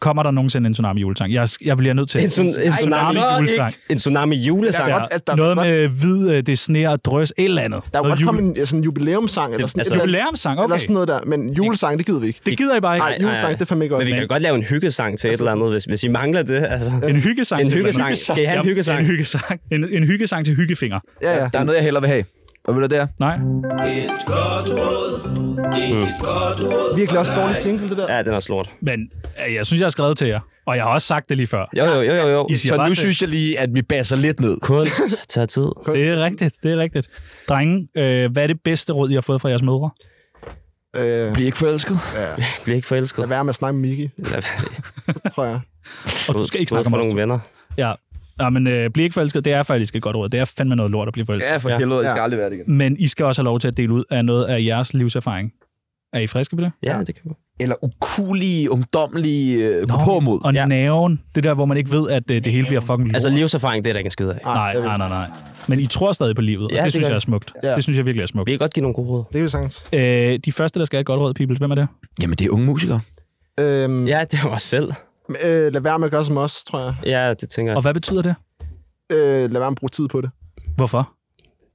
kommer der nogensinde en tsunami julesang? Jeg, jeg bliver nødt til En, tsun- en tsunami, julesang. en tsunami julesang. Der Ja. er godt- altså, der er Noget godt- med hvid, øh, det er sne og drøs, et eller andet. Der er jo Noget godt kommet en ja, sådan en jubilæumssang, eller sådan, altså, et eller, andet, Jubilæumssang, eller okay. sådan noget der. Men julesang, det gider vi ikke. Det gider I bare ikke. Nej, nej, julesang, nej. det er fandme ikke Men godt. Altså, vi kan jo godt lave en hyggesang til et eller andet, hvis, hvis I mangler det. Altså. En hyggesang. En til- hyggesang. Skal I have en Ja, hyggesang? En hyggesang. En, en hyggesang til hyggefinger. Ja, ja. Der er noget, jeg hellere vil have. Og ved du der? Nej. Virkelig også dårlig jingle, det der. Ja, den er slort. Men øh, jeg synes, jeg har skrevet til jer. Og jeg har også sagt det lige før. Jo, jo, jo, jo. jo. I siger Så bare nu det. synes jeg lige, at vi basser lidt ned. Kunst tager tid. Det er rigtigt, det er rigtigt. Drenge, øh, hvad er det bedste råd, I har fået fra jeres mødre? Øh, Bliv ikke forelsket. Bliv ikke forelsket. lad være med at snakke med Miki, tror jeg. Og du skal ikke snakke om for os. nogle venner. Ja. ja, men øh, bliv ikke forelsket, det er faktisk et godt råd. Det er fandme noget lort at blive forelsket. Ja. for Ja. helvede, jeg skal aldrig være det igen. Men I skal også have lov til at dele ud af noget af jeres livserfaring. Er I friske på det? Ja, det kan vi. eller ukulige, ungdommelige øh, på mod. Og ja. naven, det der, hvor man ikke ved, at øh, det hele bliver fucking lort. Altså, livserfaring, det er der ikke en skid af. Ah. Nej, nej, nej, nej. Men I tror stadig på livet, ja, Ja, og det, det synes gør jeg er jeg. smukt. Ja. Ja. Det synes jeg virkelig er Vi smukt. kan godt give nogle gode råd. Det er jo sagtens. Øh, de første, der skal have et godt råd, Peoples, hvem er det? Jamen, det er unge musikere. Øhm, ja. Ja, det var os selv. øh, lad være med at gøre som os, tror jeg. Ja, det tænker Og jeg. hvad betyder det? Øh, lad være med at bruge tid på det. Hvorfor?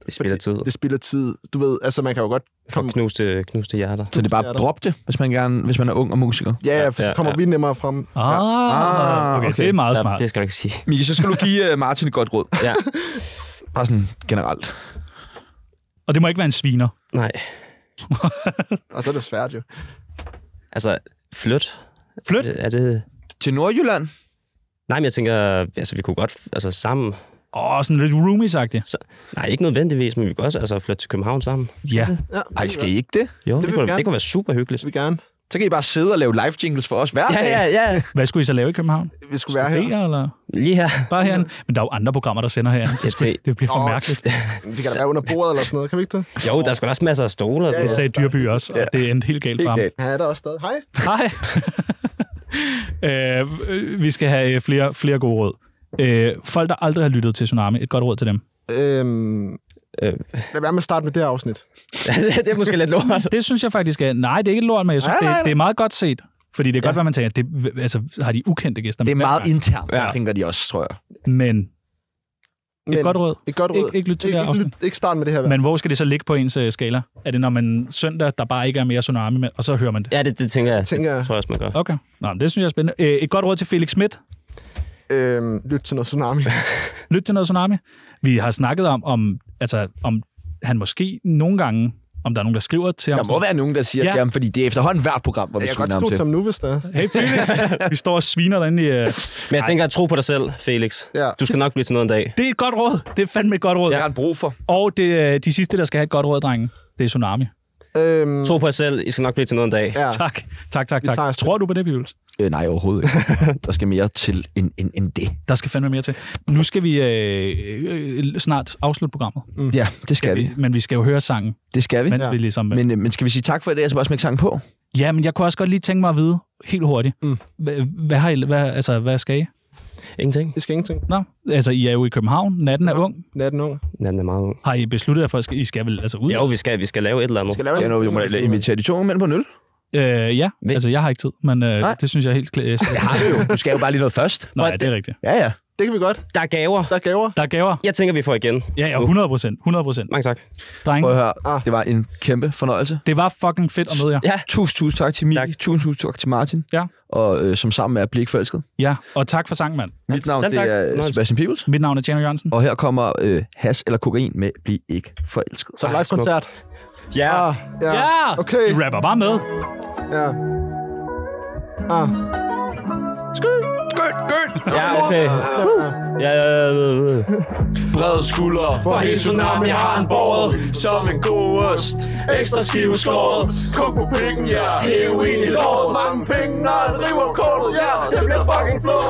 Det spiller tid. Det spilder tid. Du ved, altså man kan jo godt... For knuste, knuste hjerter. Så det er bare Ja, at der- droppe det, hvis man, gerne, hvis man er ung og musiker. Ja, ja, for så ja, kommer ja. vi nemmere frem. Ah, Ah, okay. okay. okay. Det er meget Ja, smart. det skal du ikke sige. Miki, så skal du give øh, Martin et godt råd. Ja. Bare sådan generelt. Og det må ikke være en sviner. Nej. Og så er det svært jo. Altså, flyt. Flyt? Er det... Til Nordjylland. Nej, men jeg tænker, altså, vi kunne godt, altså sammen. Åh, oh, sådan lidt roomies -agtigt. Nej, ikke nødvendigvis, men vi kunne også altså, flytte til København sammen. Ja. Ja, Ej, skal I ikke det? Jo, det, vil det, vi kunne, gerne. det kunne være super hyggeligt. Det vil gerne. Så kan I bare sidde og lave live jingles for os hver Ja, dag. ja, ja. Hvad skulle I så lave i København? Vi skulle være her. Studere, eller? Lige her. Bare herinde. Men der er jo andre programmer, der sender herinde, så Jeg sgu- tænker- det bliver for Åh, mærkeligt. Vi kan da være under bordet eller sådan noget, kan vi ikke det? Jo, der er sgu da også masser af stole. Og Det sådan. sagde Dyrby også, og det endte helt galt for ham. galt. Ja, der er også stadig. Hej. Nej. øh, vi skal have øh, flere, flere gode råd. Øh, folk, der aldrig har lyttet til Tsunami, et godt råd til dem. Øhm, Øh. lad være med at starte med det her afsnit. noget. det er måske lidt lort. Det synes jeg faktisk er... Nej, det er ikke lort, men jeg synes, Nej, nej, det, nej. det er meget godt set. Fordi det er ja. godt, hvad man tænker. Det, altså, har de ukendte gæster? Det er med meget hver internt, ja. Ja. tænker de også, tror jeg. gang. Men et godt råd. Et godt råd. Ikke- ikke lyt til det her ikke, lyt- ikke start med det her. Men hvor skal det så ligge på ens øh, skala? Er det, når man søndag, der bare ikke er mere Tsunami, med, og så hører man det? Ja, det, det tænker jeg. Tænker jeg. Det tror jeg også, man gør. Okay. Nå, men det synes jeg er spændende. Øh, et godt råd til Felix Schmidt. Øhm, lyt til noget tsunami. lytte til noget Tsunami. Vi har snakket om, om, altså, om han måske nogle gange, om der er nogen, der skriver til ham. Der må være nogen, der siger Ja. ja. til ham, fordi det er efterhånden hvert program, hvor vi Jeg kan godt sviner ham skrive til. til ham nu, hvis det er. Hey Felix, vi står og sviner dig i... øh, Men jeg tænker, at tro på dig selv, Felix. Ja. Mm. Du skal nok blive til noget en dag. Det er et godt råd. Det er fandme et godt råd. Jeg Ja. har en brug for. Og det, øh, de sidste, der skal have et godt råd, drenge, det er Tsunami. Øhm, Tro på jer selv. I skal nok blive til noget en dag. ja. Tak, tak, tak, tager tak. os. Tror du på det, Bibels? Øh, nej, overhovedet ikke. Der skal mere til end, end, end det. Der skal fandme mere til. Nu skal vi øh, øh, snart afslutte programmet. Ja, det skal vi. Men vi skal jo høre sangen, Det skal vi. mens ja. Ja. vi ligesom... Men, øh, men skal vi sige tak for i dag, og så bare smække sang på? Ja, men jeg kunne også godt lige tænke mig at vide, helt hurtigt, Mm. hvad, hvad, har I, hvad, altså, hvad skal I? Ingenting. Det skal ingenting. Nå, altså, I er jo i København, natten er ung. Natten ung. Natten er meget ung. Har I besluttet jer for, at I skal vel altså ud? Jo, vi skal, vi skal lave et eller andet. Skal lave Ja, nu, vi må da invitere de to unge mænd på en øl. Øh, ja, Men- altså jeg har ikke tid, men øh, Nej. det synes jeg er helt klart. Jeg har det jo. Du skal jo bare lige noget først. Nej, Og det er rigtigt. Ja, ja. Det kan vi godt. Der er gaver. Der er gaver. Der er gaver. Jeg tænker, vi får igen. Ja, ja, 100 procent. 100 procent. Mange tak. Prøv Drenge, at høre. Ah. Det var en kæmpe fornøjelse. det var fucking fedt at møde jer. Ja. Tusind, tusind tak til Miki. Tak. Tusind, tusind tak til Martin. Ja. Og øh, som sammen er Blik Forelsket. Ja, og tak for sang, mand. Mit navn Selv det tak. er øh, Fornøjelse. Sebastian Pibels. Mit navn er Tjerno Jørgensen. Og her kommer øh, has eller kokain med Bliv ikke forelsket. Så live-koncert. Ja. Ja. Ja! Okay. I rapper bare med. Ja. Ah. Ja, okay. Ja, ja, ja, ja, ja. Brede skuldre For hele tsunami har han båret Som en god ost Ekstra skive skåret Kuk på pikken, ja Heroin i låret Mange penge, når han river kålet Ja, det bliver fucking flot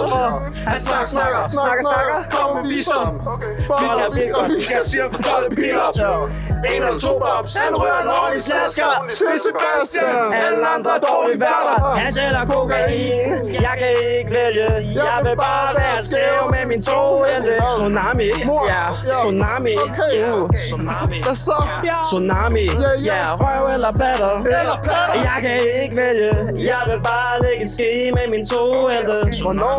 Han snakker, snakker, snakker, snakker Kom med visdom Vi kan sige, og vi kan sige for 12 piler En eller to bobs Han rører en ordentlig slasker Det er Sebastian Alle andre er dårlige værter Han sælger kokain Jeg kan ikke vælge Jeg vil bare være skæv med min to hente Tsunami Ja, tsunami Okay. uh, Tsunami Hvad så? Tsunami ja. Ja, røv eller patter Eller platter. Jeg kan ikke vælge Jeg vil bare lægge en ski med min to hente Hvornår?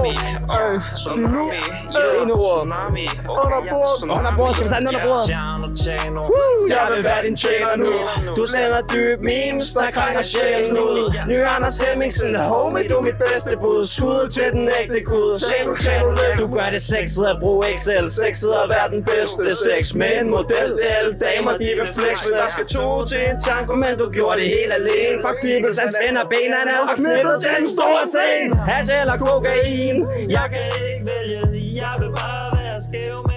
Altså, Tsunami Øh, lige nu. Tsunami Øh, Ja, tsunami Under bordet. Under bordet, skal vi tage den under bordet? Jeg vil være din tjener nu Du sender dyb memes, der krænger sjælen ud Ny Anders Hemmingsen, homie, du er mit bedste bud Skud til den ægte gud Tag nu, tag nu lidt Du gør det sexet at bruge Excel Sexet at være den bedste sex Med en model, det er alle damer, de vil flex Men der skal to til en tango, men du gjorde det helt alene Fuck Peoples, han spænder benene Og knyttet til den store scene Hash eller kokain Jeg kan ikke vælge, jeg vil bare være skæv med